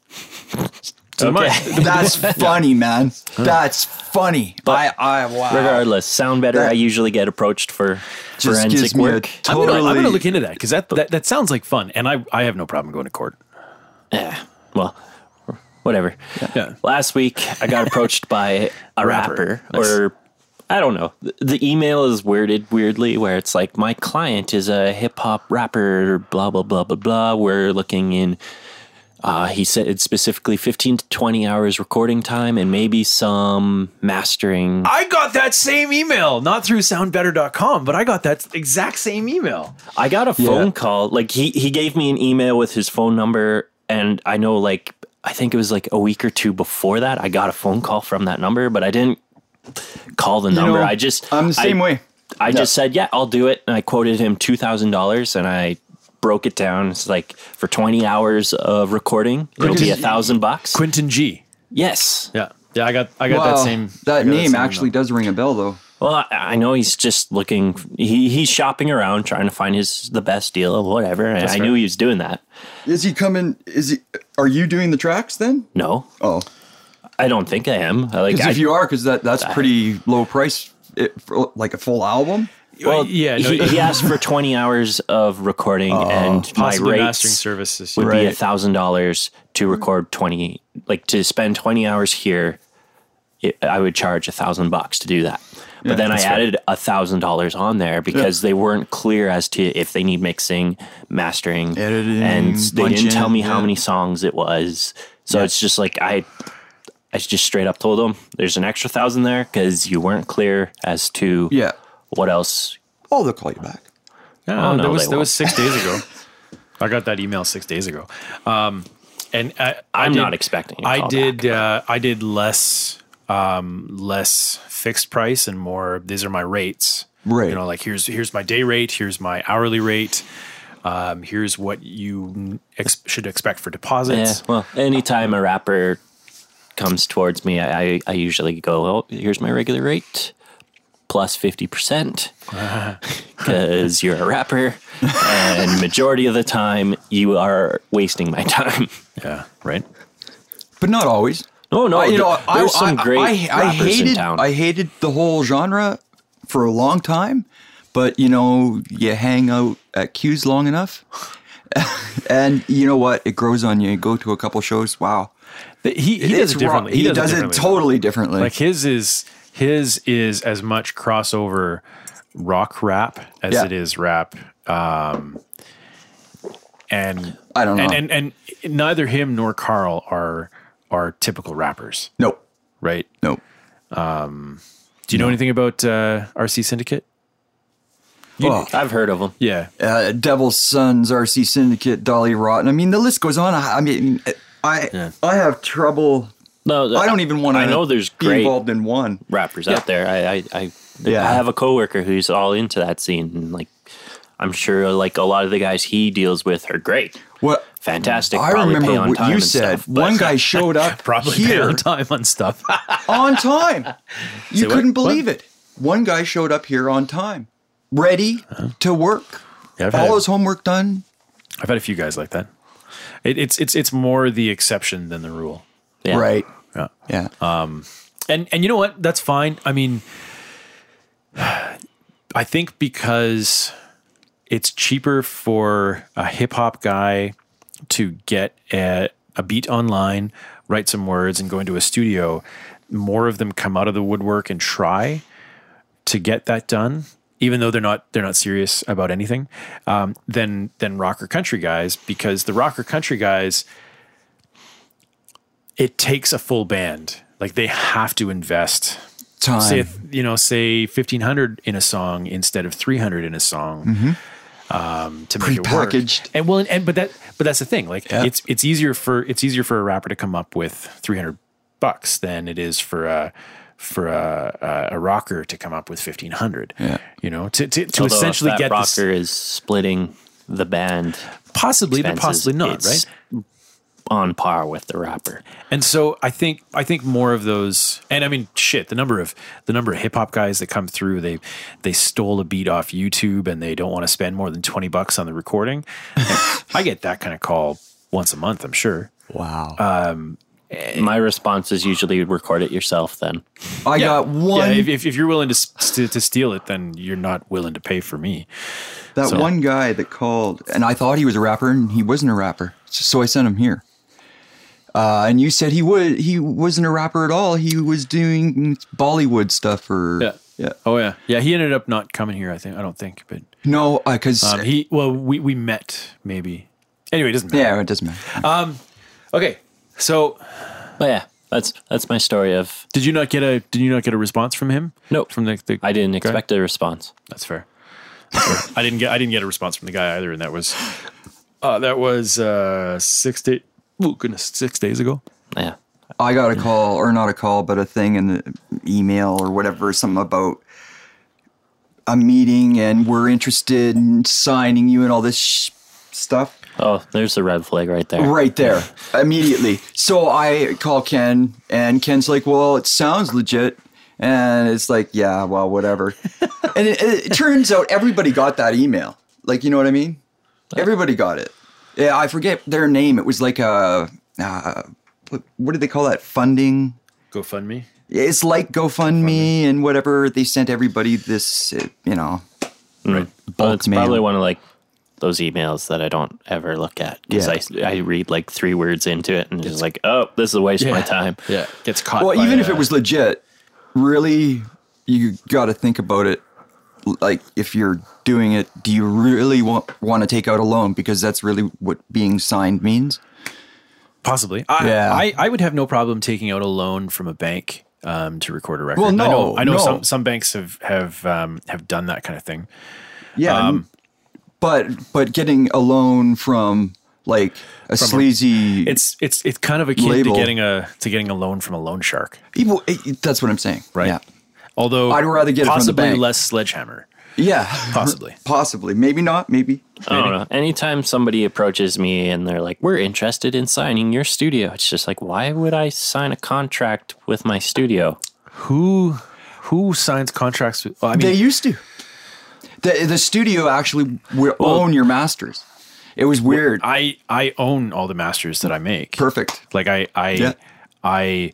So Okay. [laughs] my- That's funny, man. That's funny. I, I wow. regardless, sound better. That- I usually get approached for Just forensic gives me a work. I'm gonna, I'm gonna Totally. look into that because that, that that sounds like fun, and I I have no problem going to court. Yeah. Well, whatever. Yeah. Last week, I [laughs] got approached by a Rapper. rapper, Nice. or I don't know. The- The email is worded weirdly, where it's like, my client is a hip hop rapper, blah, blah, blah, blah, blah. We're looking in. Uh, he said it's specifically 15 to 20 hours recording time and maybe some mastering. I got that same email, not through soundbetter.com, but I got that exact same email. I got a phone call. Like he he gave me an email with his phone number, and I know like I think it was like a week or two before that I got a phone call from that number, but I didn't call the number. I just I'm the same I, way. I just said yeah, I'll do it, and I quoted him two thousand dollars, and I broke it down. It's like for twenty hours of recording, it'll be a thousand bucks. Quinton G. Yes. Yeah. Yeah, I got I got that Wow. same I got That name same actually does ring a bell, though. Well, I, I know he's just looking. He he's shopping around trying to find his the best deal or whatever. And I knew he was doing that. Is he coming? Is he? Are you doing the tracks then? No, Oh, I don't think I am. I, Like, because I, if you are, because that that's pretty low price, it, for, like a full album. email. well, [laughs] yeah, no, he, he asked for twenty hours of recording, and my possibly rates mastering services. would be Right. a thousand dollars to record twenty, like to spend twenty hours here. It, I would charge a thousand bucks to do that. But then I added a thousand dollars on there because they weren't clear as to if they need mixing, mastering, Editing, and they Mm-hmm. punch didn't tell in, me how yeah. many songs it was. So it's just like I I just straight up told them there's an extra thousand there because you weren't clear as to Yeah. what else. Oh, they'll call you back. Yeah, Oh, no, that was they that was won't. six days ago. I got that email six days ago, um, and I, I I'm did- not expecting a I call did uh, I did less um, less fixed price and more. These are my rates. Right. You know, like here's here's my day rate. Here's my hourly rate. Um, here's what you ex- should expect for Yeah, deposits. well, anytime a rapper comes towards me, I, I, I usually go, oh, here's my regular rate plus 50% because you're a rapper. and majority of the time, you are wasting my time. yeah right. But not always. Oh, No, no, I- you know, th- there's I, some I- great I, I rappers hated, in town. I hated the whole genre for a long time, but you know, you hang out at Q's long enough, [laughs] and you know what? It grows on you. You go to a couple shows. Wow, Th- He, he It's does it wrong. differently. He, does, it, differently. totally differently. Like his is his is as much crossover rock rap as Yeah. it is rap. Um, and I don't know. And, and and neither him nor Carl are are typical rappers, no, right? no. Do you know anything about uh, RC Syndicate? Oh, I've heard of them. Yeah, uh, Devil's Sons, RC Syndicate, Dolly Rotten. I mean, the list goes on. I, I mean, I I have trouble. No, I don't even want to. Oh, I know there's be great involved in one. rappers out there. I, I, I, Yeah. I have a coworker who's all into that scene, and like, I'm sure like a lot of the guys he deals with are great. What fantastic. I probably remember pay on what time you and said. stuff, but- One guy [laughs] showed up Probably pay here on time on [laughs] stuff. on time. You what? couldn't believe it. One guy showed up here on time, ready Uh-huh. to work, Yeah, I've had- all his homework done. I've had a few guys like that. It, it's it's it's more the exception than the rule. Yeah. Uh, Right. Yeah. Yeah. and and you know what that's fine i mean i think because it's cheaper for a hip-hop guy to get a, a beat online write some words and go into a studio more of them come out of the woodwork and try to get that done even though they're not they're not serious about anything um, than than rocker country guys because the rocker country guys it takes a full band. Like they have to invest. Time. Say if, you know, say fifteen hundred in a song instead of three hundred in a song. Um, to make Prepackaged. it work. And well, and but that but that's the thing. Like it's it's easier for it's easier for a rapper to come up with three hundred bucks than it is for a for a, a, a rocker to come up with fifteen hundred. Yeah. You know, to to, to Although if essentially that get this, rocker is splitting the band possibly but expenses, possibly not, it's right? On par with the rapper. And so I think I think more of those and I mean shit, the number of the number of hip hop guys that come through, they they stole a beat off YouTube and they don't want to spend more than twenty bucks on the [laughs] recording. I get that kind of call once a month, I'm sure. wow. My response is usually record it yourself. Then I got one. Yeah, if, if, if you're willing to, s- to to steal it, then you're not willing to pay for me. that one guy that called, and I thought he was a rapper, and he wasn't a rapper. So I sent him here. Uh, and you said he would. He wasn't a rapper at all. He was doing Bollywood stuff, or yeah. Oh yeah. Yeah, he ended up not coming here, I think. I don't think, but No, uh, because um, he well we, we met maybe. Anyway, it doesn't matter. yeah, it doesn't matter. Okay. So but yeah, that's that's my story of did you not get a did you not get a response from him? Nope. From the, the I didn't expect a response. That's fair. That's fair. I didn't get I didn't get a response from the guy either, and that was uh, that was uh, six day. Oh goodness, six days ago. Yeah. I got a call, or not a call, but a thing in the email or whatever, something about a meeting, and we're interested in signing you and all this sh- stuff. Oh, there's the red flag right there. Right there, immediately. So I call Ken, and Ken's like, "Well, it sounds legit," and it's like, "Yeah, well, whatever." and it, it turns out everybody got that email. Like, you know what I mean? Everybody got it. Yeah, I forget their name. It was like a uh, what, what did they call that? Funding. GoFundMe. It's like GoFundMe and whatever. They sent everybody this, uh, you know. Right. But Bulk Mm. it's mail. probably one of like those emails that I don't ever look at because Yeah. I, I read like three words into it and just like, oh, this is a waste of my time. Yeah, gets caught. Well, by uh, even a- if it was legit, really, you got to think about it. Like, if you're doing it, do you really want want to take out a loan? Because that's really what being signed means. possibly, I, Yeah. I I would have no problem taking out a loan from a bank. Um, to record a record. Well, I know, no, I know no. some, some banks have have um, have done that kind of thing. Um, Yeah. Um, but but getting a loan from like a sleazy It's it's it's kind of akin Label. to getting a to getting a loan from a loan shark, people. it- that's what I'm saying. right? Yeah. Although I'd rather get it from the possibly bank. less sledgehammer. Yeah. [laughs] Possibly. Possibly. Maybe not. Maybe. I don't know. Anytime somebody approaches me and they're like, we're interested in signing your studio, it's just like, why would I sign a contract with my studio? Who who signs contracts? With, well, I mean, they used to. The the studio actually will own your masters. It was weird. I I own all the masters that I make. Perfect. Like I I Yeah. I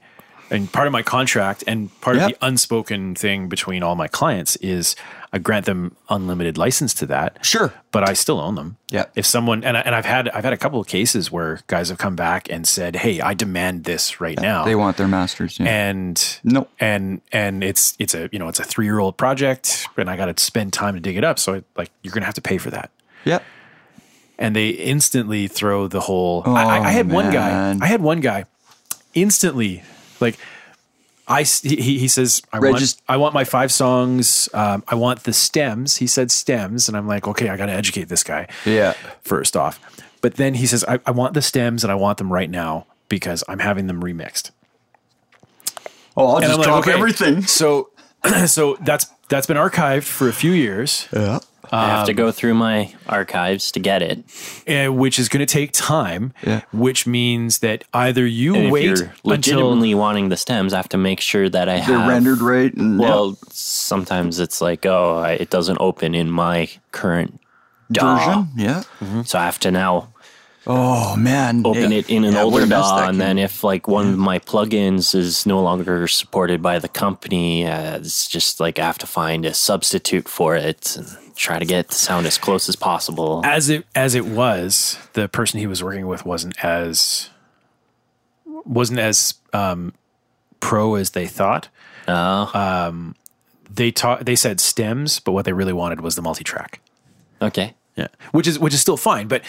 and part of my contract and part Yep. of the unspoken thing between all my clients is I grant them unlimited license to that. Sure. But I still own them. Yeah. If someone and I, and I've had I've had a couple of cases where guys have come back and said, "Hey, I demand this right now." They want their masters. Yeah. Oh. and Nope. and and it's it's a you know it's a three year old project and I got to spend time to dig it up. So I, like you're gonna have to pay for that. Yep. and they instantly throw the whole. I, I- I had one guy. Oh, man. I had one guy instantly like. I s- he, he he says I Regis- want I want my five songs. Um, I want the stems. He said stems, and I'm like, okay, I got to educate this guy. Yeah. First off, but then he says I, I want the stems and I want them right now because I'm having them remixed. Oh, I'll And just I'm like, drop [clears throat] okay. everything. So so that's that's been archived for a few years. Yeah. I have to go through my archives to get it. uh, which is going to take time, Yeah. which means that either you And wait if until you're legitimately wanting the stems, I have to make sure that I They're have rendered right. And, Well, sometimes it's like, oh, I, it doesn't open in my current yeah. DAW, version. Yeah. Mm-hmm. so I have to now Oh man. open Yeah. it in an Yeah, I older would've missed DAW, that and key. then if like one of my plugins is no longer supported by the company, uh, it's just like I have to find a substitute for it and try to get the sound as close as possible. as it as it was, the person he was working with wasn't as wasn't as um, pro as they thought. Um, Oh, They taught they said stems, but what they really wanted was the multi track. okay, Yeah, which is which is still fine, but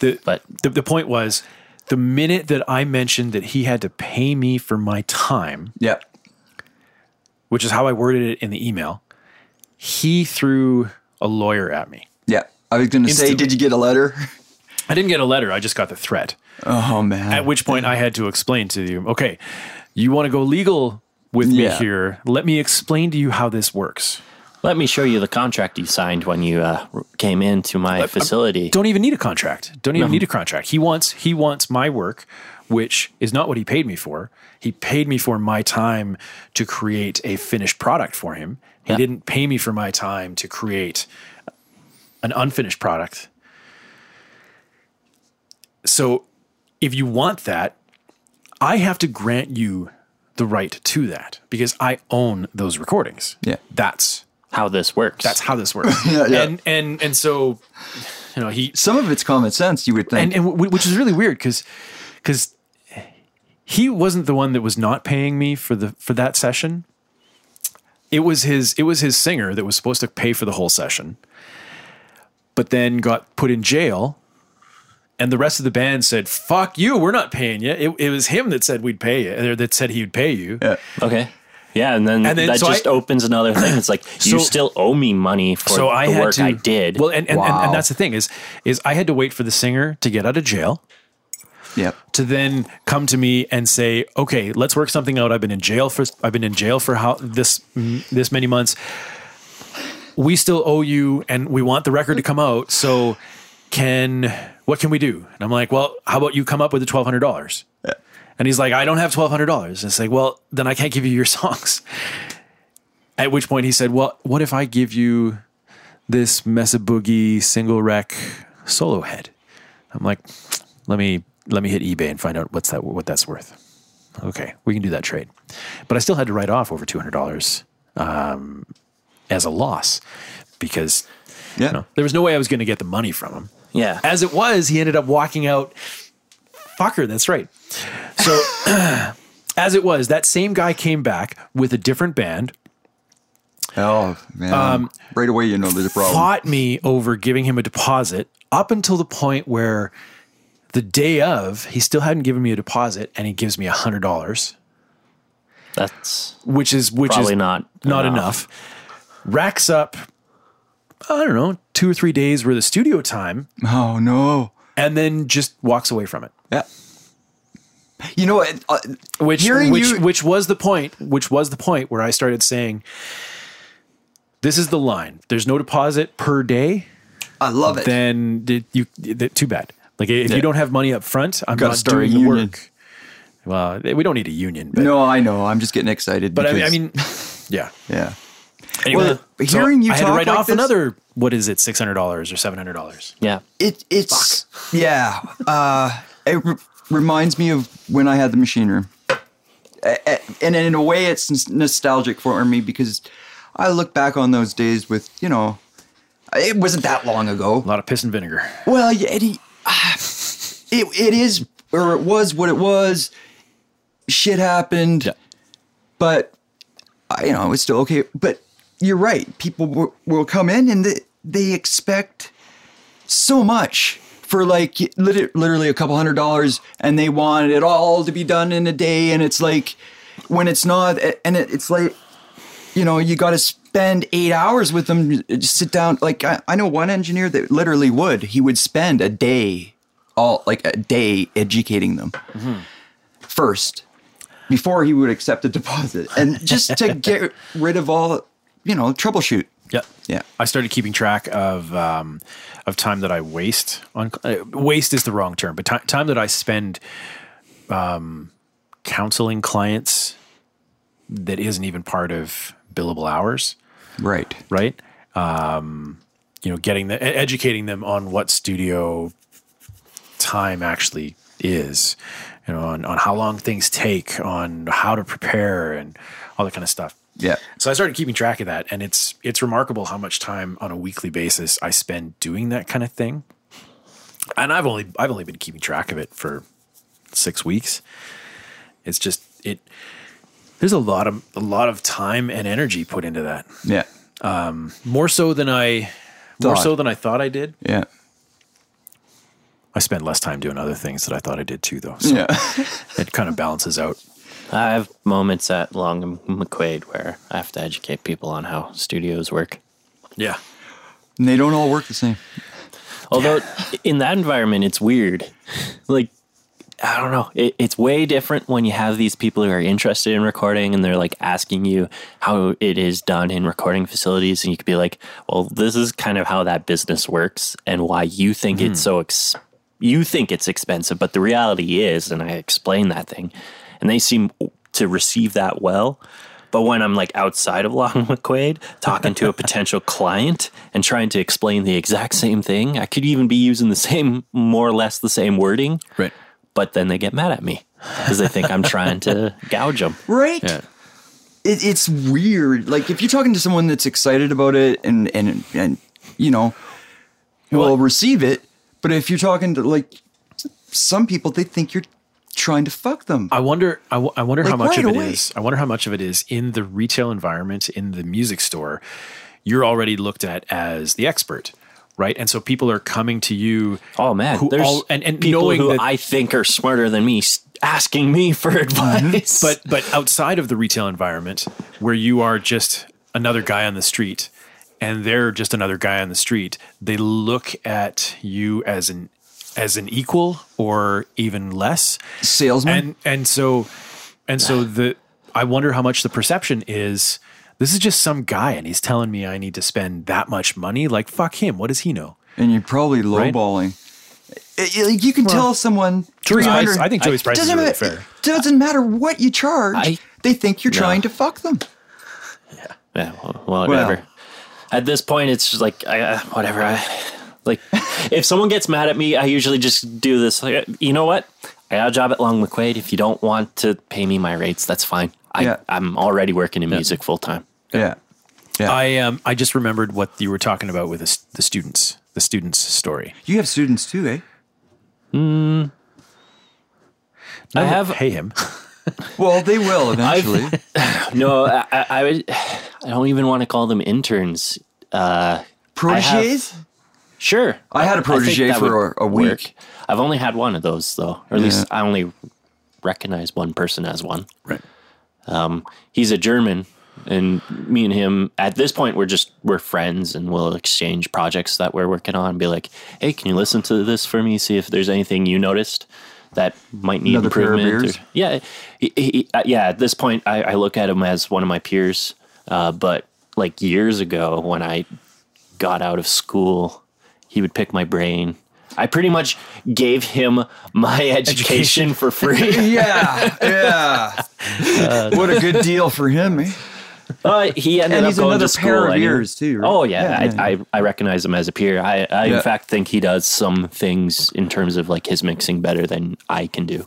the But- the, the point was the minute that I mentioned that he had to pay me for my time, Yeah. which is how I worded it in the email, he threw a lawyer at me. Yeah. I was gonna say, Instantly. did you get a letter? I didn't get a letter, I just got the threat. Oh man. At which point I had to explain to you, okay, you want to go legal with me Yeah. here. Let me explain to you how this works. let me show you the contract you signed when you uh, r- came into my facility. um, Don't even need a contract. Don't even need a contract. He wants he wants my work, which is not what he paid me for. He paid me for my time to create a finished product for him. He Yeah. didn't pay me for my time to create an unfinished product. So if you want that, I have to grant you the right to that because I own those recordings. Yeah. That's how this works. that's how this works. [laughs] Yeah, yeah. And and and so you know, he Some of it's common sense, you would and, think. and w- which is really weird because because he wasn't the one that was not paying me for the for that session. It was his it was his singer that was supposed to pay for the whole session, but then got put in jail. And the rest of the band said, "Fuck you, we're not paying you." It, it was him that said we'd pay you, or that said he would pay you. Okay. Yeah, and then, And then- that so just I- opens another thing. It's like [clears throat] So- you still owe me money for so I the had work to, I did. Well, and and, and Wow. and that's the thing is is I had to wait for the singer to get out of jail. yeah. to then come to me and say, "Okay, let's work something out. I've been in jail for I've been in jail for how this this many months. We still owe you, and we want the record to come out. So, can what can we do?" And I'm like, "Well, how about you come up with the twelve hundred dollars?" And he's like, "I don't have twelve hundred dollars." It's like, "Well, then I can't give you your [laughs] songs." At which point he said, "Well, what if I give you this Mesa Boogie single rec solo head?" I'm like, let me let me hit eBay and find out what's that what that's worth. Okay, we can do that trade, but I still had to write off over two hundred dollars um, as a loss because Yeah. you know, there was no way I was going to get the money from him. yeah. As it was, he ended up walking out. Fucker, that's right. So, [clears throat] as it was, that same guy came back with a different band, Oh man. Um, right away you know there's a problem. fought me over giving him a deposit up until the point where the day of, he still hadn't given me a deposit and he gives me a hundred dollars. that's which is which probably is not not enough. Racks up, I don't know, two or three days worth of studio time, Oh no. and then just walks away from it. Yeah. You know what? Uh, Which Hearing which you- which was the point. Which was the point where I started saying, "This is the line. There's no deposit per day. I love it. Then did you? th- Too bad. Like if Yeah. you don't have money up front, I'm Gotta not start a doing the union. work. Well, we don't need a union, but no, I know. I'm just getting excited. but I mean, I because- mean, [laughs] yeah. yeah. Anyway, Well, hearing you I had to talk write like off this- another what is it, six hundred dollars or seven hundred dollars? Yeah. It it's yeah. Uh, it re- reminds me of when I had the machine room, A- a- and in a way, it's n- nostalgic for me because I look back on those days with you know, it wasn't that long ago. A lot of piss and vinegar. Well, yeah, Eddie, ah, [sighs] it it is or it was what it was. Shit happened, but I, you know it's still okay. But you're right. People w- will come in and they, they expect so much for like lit- literally a couple hundred dollars, and they want it all to be done in a day. And it's like when it's not, a- and it, it's like you know, you got to spend eight hours with them. Just sit down. Like I, I know one engineer that literally would. He would spend a day, all like a day educating them Mm-hmm. first [laughs] before he would accept a deposit, and just to get rid of all you know troubleshoot. Yep. Yeah. I started keeping track of um, of time that I waste on uh, waste is the wrong term, but time time that I spend um, counseling clients that isn't even part of billable hours, Right. right? Um, you know, getting the e- educating them on what studio time actually is, you know, on on how long things take, on how to prepare, and all that kind of stuff. Yeah. So I started keeping track of that, and it's it's remarkable how much time on a weekly basis I spend doing that kind of thing. And I've only I've only been keeping track of it for six weeks. It's just it. There's a lot of a lot of time and energy put into that, Yeah. more so than I more Thought. so than I thought I did. Yeah. I spend less time doing other things that I thought I did too, though. So Yeah. it kind of balances out. I have moments at Long and McQuaid where I have to educate people on how studios work. Yeah, and they don't all work the same. [laughs] Although in that environment, it's weird. Like, I don't know. It, it's way different when you have these people who are interested in recording and they're like asking you how it is done in recording facilities. And you could be like, well, this is kind of how that business works and why you think it's so, ex- you think it's expensive. But the reality is, and I explain that thing, and they seem to receive that well. But when I'm like outside of [laughs] Long McQuaid, talking to a potential client and trying to explain the exact same thing, I could even be using the same, more or less the same wording. right. But then they get mad at me because they think I'm trying to gouge them. Right. It, it's weird. Like if you're talking to someone that's excited about it and and and you know, will receive it. But if you're talking to like some people, they think you're trying to fuck them. I wonder. I, w- I wonder how Like, much right of it is. I away. wonder how much of it is in the retail environment, in the music store. You're already looked at as the expert, right? And so people are coming to you. Oh man, who there's all- and and people knowing who that, Mhm. I think are smarter than me s- asking me for advice. but but outside of the retail environment, where you are just another guy on the street, and they're just another guy on the street, they look at you as an as an equal or even less. Salesman. and and so and so the I wonder how much the perception is this is just some guy and he's telling me I need to spend that much money like fuck him what does he know and you're probably lowballing. It- it- like, you can tell someone Joey's price- 300 I think Joey's price is doesn't really ma- fair. Doesn't matter what you charge, I- they think you're No. trying to fuck them. [laughs] Yeah, well, whatever. Well. at this point, it's just like I, uh, whatever. I like if someone gets mad at me, I usually just do this. Like, uh, you know what? I got a job at Long McQuaid. If you don't want to pay me my rates, that's fine. I, Yeah. I'm already working in music full time. Yeah. Yeah. I um I just remembered what you were talking about with the, s- the students the students story You have students too, eh? I have- pay him Well, they [laughs] will eventually. [laughs] No, I, I, I, would- I don't even want to call them interns. Uh, Proteges? sure, I had a think protege that for would a- a work. week. I've only had one of those though, or at least I only recognize one person as one. Um, right he's a German, and me and him at this point we're just we're friends, and we'll exchange projects that we're working on. And be like, hey, can you listen to this for me? See if there's anything you noticed that might need Another pair of improvement. ears? or- yeah, he- he- he- uh, yeah. At this point, I, I look at him as one of my peers, uh, but like years ago when I got out of school, he would pick my brain. I pretty much gave him my [laughs] education for free. [laughs] yeah. Yeah. what a good deal for him, eh? Uh, he ended And up he's going another to school. pair of anyway. ears, too, right? Oh yeah, Yeah, I, I I recognize him as a peer. I, I Yeah. in fact think he does some things in terms of like his mixing better than I can do.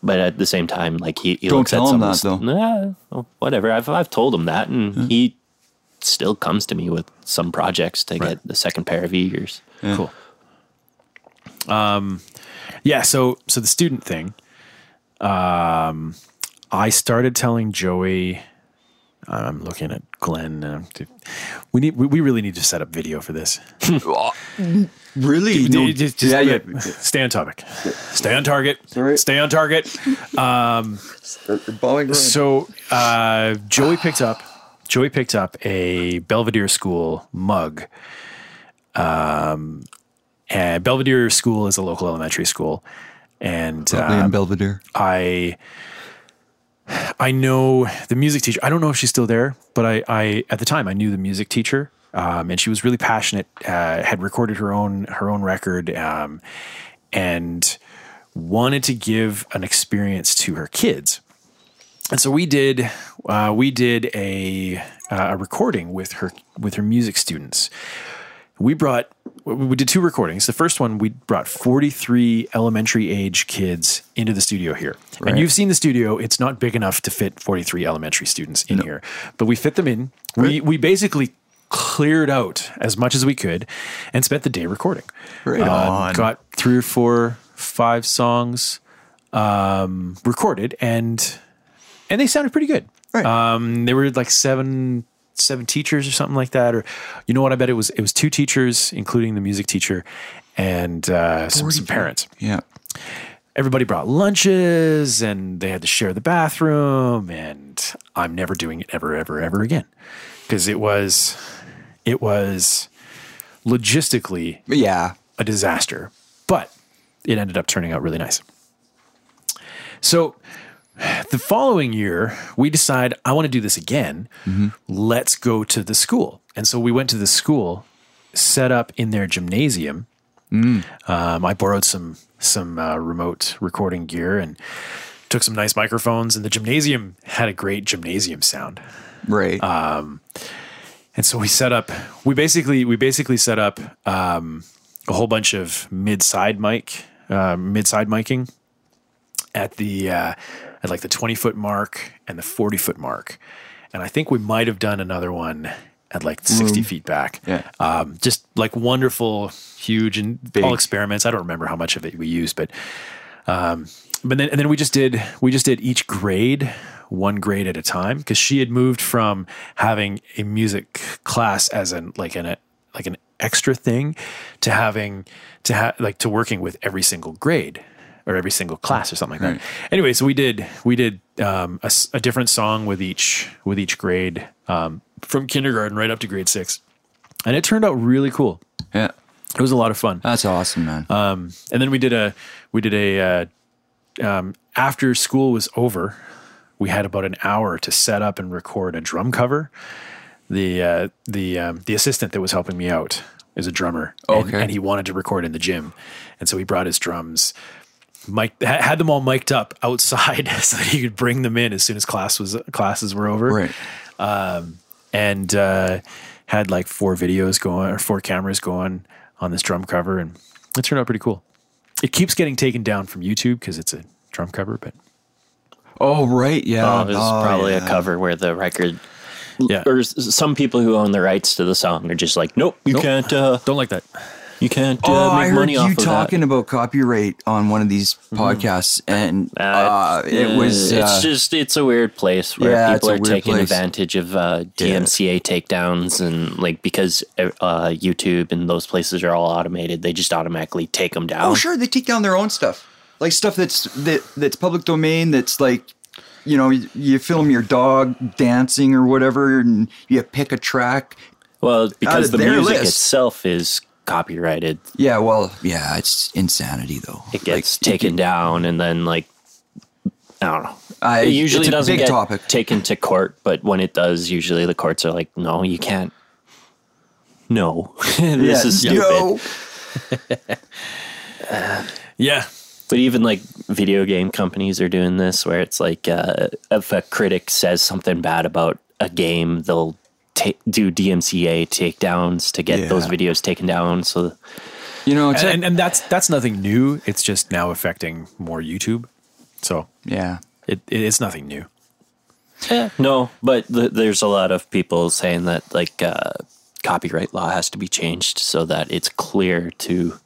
But at the same time, like he, he Don't looks at tell him some that, of the s- Nah, oh, whatever. I've I've told him that, and he still comes to me with some projects to get the second pair of ears. cool um yeah so so the student thing um I started telling Joey I'm looking at Glenn uh, to- we need we, we really need to set up video for this Really? No, No, just, just yeah, yeah. stay on topic. Stay on target. Sorry. Stay on target. Bowling Green. So uh, Joey picked up Joey picked up a Belvedere School mug. Um, and Belvedere School is a local elementary school, and Probably uh, in Belvedere. I I know the music teacher. I don't know if she's still there, but I, I at the time I knew the music teacher, um, and she was really passionate. Uh, had recorded her own her own record, um, and wanted to give an experience to her kids. And so we did uh, we did a uh, a recording with her with her music students. We brought we did two recordings. The first one we brought 43 elementary age kids into the studio here. And you've seen the studio, it's not big enough to fit 43 elementary students in here. But we fit them in. We we basically cleared out as much as we could and spent the day recording. Right Um, Uh, on. Got three or four five songs um recorded and and they sounded pretty good. Right. Um, there were like seven seven teachers or something like that, or you know what? I bet it was it was two teachers, including the music teacher, and uh, some, some parents. Yeah. Everybody brought lunches, and they had to share the bathroom. And I'm never doing it ever, ever, ever again because it was it was logistically But yeah. a disaster, but it ended up turning out really nice. So the following year, we decide I want to do this again. Let's go to the school. And so we went to the school, set up in their gymnasium. Um, I borrowed some some uh, remote recording gear and took some nice microphones. And the gymnasium had a great gymnasium sound. Right. Uh, And so we set up. We basically we basically set up um, a whole bunch of mid side mic, uh, mid side miking at the uh, at like the twenty foot mark and the forty foot mark, and I think we might have done another one at like sixty feet back. Yeah. um, just like wonderful, huge and all experiments. I don't remember how much of it we used, but but then and then we just did we just did each grade one grade at a time because she had moved from having a music class as an like an like an extra thing to having to ha- like to working with every single grade or every single class or something like that. Anyway, so we did we did um, a, s- a different song with each with each grade um, from kindergarten right up to grade six, and it turned out really cool. yeah. It was a lot of fun That's awesome, man. uh, and then we did a we did a uh, um, after school was over we had about an hour to set up and record a drum cover the uh, the um, the assistant that was helping me out is a drummer and, Oh, Okay. and he wanted to record in the gym and so he brought his drums mic ha- had them all mic'd up outside [laughs] so that he could bring them in as soon as class was classes were over right. and uh, had like four videos going or four cameras going on this drum cover, and it turned out pretty cool. It keeps getting taken down from YouTube because it's a drum cover, but Oh, right. Yeah. Oh, this is probably yeah. a cover where the record, yeah, or s- some people who own the rights to the song are just like, nope, you Nope. can't, uh, don't like that. you can't uh, Oh, make I heard money off you of that. talking about copyright on one of these podcasts, and uh, Uh, it was. it's uh, just it's a weird place where Yeah, it's people a are weird taking place. advantage of uh, DMCA takedowns and like because uh, YouTube and those places are all automated, they just automatically take them down. Oh, sure, they take down their own stuff, like stuff that's that that's public domain. That's like, you know, you, you film your dog dancing or whatever, and you pick a track. Well, because of the their music list. itself is copyrighted, Yeah, well, yeah, it's insanity though. it gets taken down and then like I don't know. I- it usually it's a doesn't big get topic. taken to court, but when it does, usually the courts are like, "No, you can't." No, [laughs] this is stupid. No, Yeah, But even like video game companies are doing this, where it's like uh, if a critic says something bad about a game, they'll ta do DMCA takedowns to get those Yeah. videos taken down. So you know, it's and, and, and that's that's nothing new. It's just now affecting more YouTube, so yeah. it, it it's nothing new. no, but th- there's a lot of people saying that like uh, copyright law has to be changed so that it's clear to.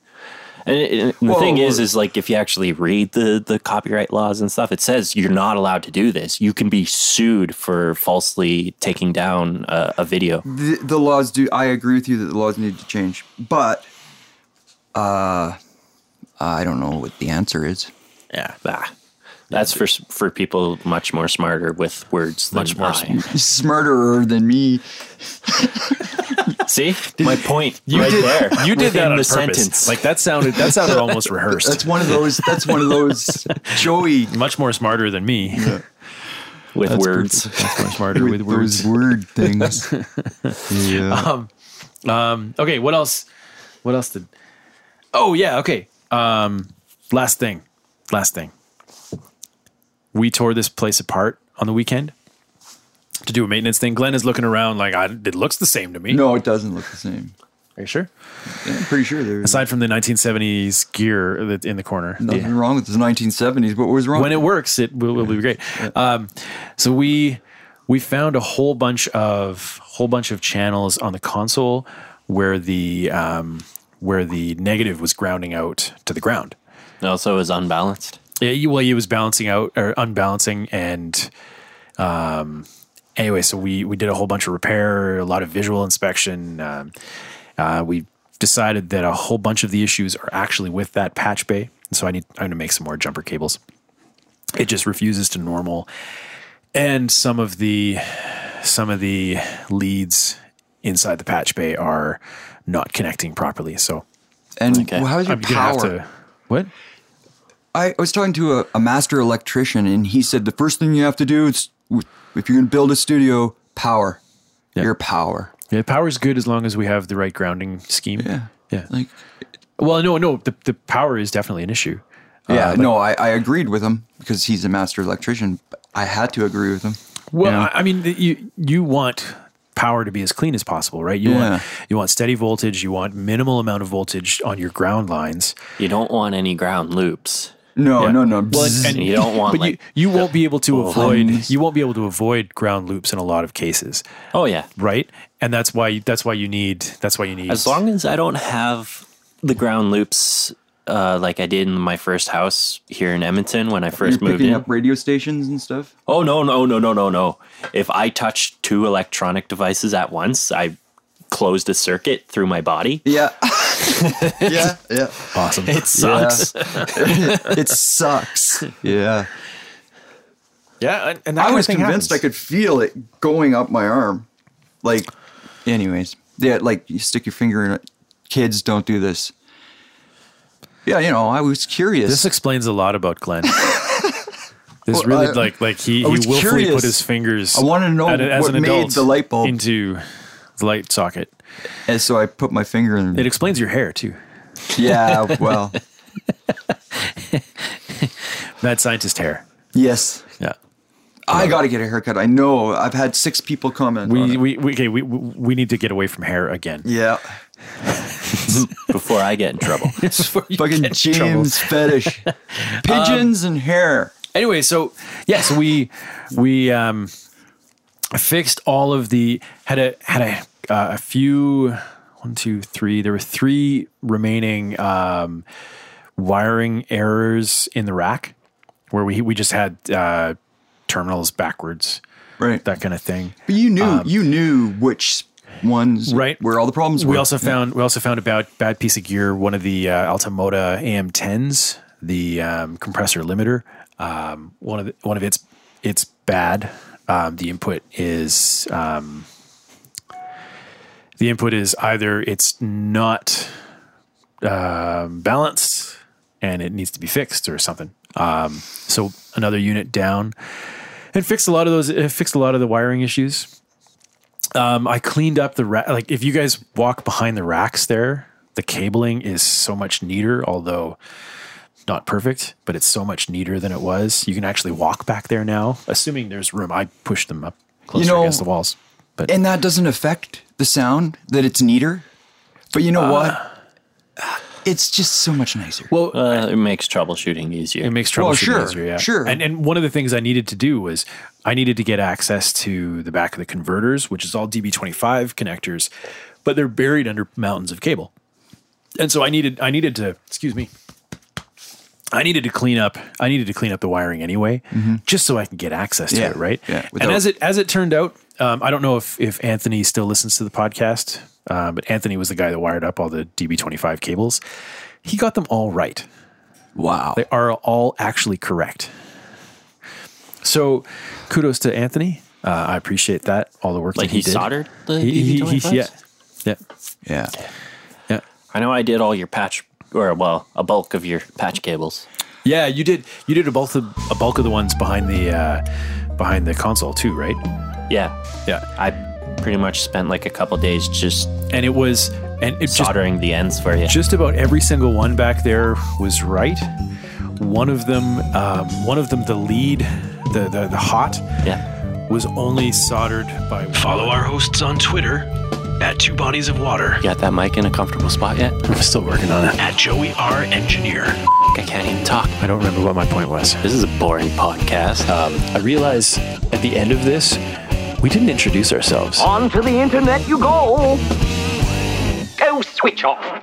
And, it, and the Well- thing is, is like if you actually read the the copyright laws and stuff, it says you're not allowed to do this. You can be sued for falsely taking down a, a video. Mm. The, the laws do. I agree with you that the laws need to change, but uh, I don't know what the answer is. [laughs] Yeah. That's for for people much more smarter with words than much more Smarterer than me. [laughs] See? My point right did, there. You did that Within on the purpose. sentence. Like that sounded that [laughs] sounded almost rehearsed. [laughs] That's one of those. That's one of those. Joey much more smarter than me. with That's pretty- words. that's much [laughs] smarter with, words. Those word things. Uh, yeah. Okay, what else? What else did? Oh yeah, okay. Um, last thing, last thing. We tore this place apart on the weekend to do a maintenance thing. Glenn is looking around like I, it looks the same to me. no, it doesn't look the same. Are you sure? Yeah, I'm pretty sure there's Aside from the 1970s gear that- in the corner, nothing wrong with the 1970s. What was wrong? when it works, it will, will be great. Um, so we we found a whole bunch of whole bunch of channels on the console where the um, where the negative was grounding out to the ground. Also, is unbalanced. Yeah, you- well, he was balancing out or unbalancing, and um, anyway, so we we did a whole bunch of repair, a lot of visual inspection. Um, uh, we decided that a whole bunch of the issues are actually with that patch bay, so I need I'm going to make some more jumper cables. It just refuses to normal, and some of the some of the leads inside the patch bay are not connecting properly. So and Okay. well, how's your uh, gonna power? what? I, I was talking to a, a master electrician, and he said the first thing you have to do is if you're going to build a studio, power. Your power. Yeah, power's good as long as we have the right grounding scheme. Yeah. Yeah. Like, Well, no, no, the, the power is definitely an issue. Uh, yeah, no, I, I agreed with him because he's a master electrician. But I had to agree with him. Well, I I mean, the- you you want power to be as clean as possible, right? You Yeah. want you want steady voltage, you want minimal amount of voltage on your ground lines. You don't want any ground loops. No, no, no. Bzzz. and- you don't want but like. you, you won't be able to avoid Lines. you won't be able to avoid ground loops in a lot of cases, oh yeah. right? And that's why that's why you need that's why you need As long as I don't have the ground loops uh, like I did in my first house here in Edmonton when I 1st you're moved picking in. up radio stations and stuff. Oh no no no no no no! If I touched two electronic devices at once, I closed a circuit through my body. [laughs] Yeah. yeah, [laughs] yeah. awesome. It sucks. [laughs] It sucks. Yeah. yeah, and, and that I kind of was thing convinced I happens. could feel it going up my arm. Like, anyways, yeah, like you stick your finger in it. Kids don't do this. Yeah, you know, I was curious. This explains a lot about [laughs] Glenn. This really I- like like he, he was willfully curious. put his fingers. I wanted to know at a- what made the light bulb- into the light socket. and so I put my finger in. It explains your hair too. yeah, [laughs] well, Mad scientist hair. yes. Yeah. I got to get a haircut. I know. I've had six people comment. on We, it. we, we okay. We, we we need to get away from hair again. [laughs] [laughs] yeah. Before I get in trouble, Fucking [laughs] James fetish. Um, Pigeons and hair. anyway, so yes, we we um, fixed all of the had a had a uh, a few one two three. There were three remaining um, wiring errors in the rack where we we just had uh, terminals backwards, Right. that kind of thing. But you knew you knew which ones Right. where all the problems were. We also found we also found a bad bad piece of gear. One of the uh, Altamoda AM10s, the um, compressor limiter. Um, one of the, one of its it's bad. Um, the input is um, the input is either it's not um, balanced and it needs to be fixed or something. Um, so another unit down. And fixed a lot of those. It fixed a lot of the wiring issues. Um, I cleaned up the rack. Like if you guys walk behind the racks there, the cabling is so much neater, although not perfect, but it's so much neater than it was. You can actually walk back there now, assuming there's room. I pushed them up closer know- against the walls. But and that doesn't affect the sound that it's neater. But you know what? It's just so much nicer. [laughs] Well, uh, it makes troubleshooting it easier. makes troubleshooting Well, sure, easier. Yeah, sure. And and one of the things I needed to do was I needed to get access to the back of the converters, which is all DB25 connectors, but they're buried under mountains of cable. And so I needed I needed to excuse me. I needed to clean up. I needed to clean up the wiring anyway, just so I can get access to Mm-hmm. Yeah, it, right? yeah, and without- as it as it turned out, um, I don't know if if Anthony still listens to the podcast, uh, but Anthony was the guy that wired up all the DB25 cables. He got them all right wow. they are all actually correct. So, kudos to Anthony. Uh, I appreciate that all the work Like that he, he did. soldered the He- he- DB25s? he- yeah, yeah, Yeah. yeah, I know I did all your patch, or well, a bulk of your patch cables. yeah. You did you did a bulk of a bulk of the ones behind the uh, behind the console too, right? Yeah. Yeah. I pretty much spent like a couple days just And it was and it just soldering the ends for you. just about every single one back there was right. One of them, um, one of them, the lead, the the, the hot, yeah. was only soldered by one. Follow our hosts on Twitter at Two Bodies of Water, Got that mic in a comfortable spot yet? I'm still working on it. at Joey R. Engineer. I can't even talk. I don't remember what my point was. This is a boring podcast. Um, I realize at the end of this, we didn't introduce ourselves. On to the internet you go. Go switch off.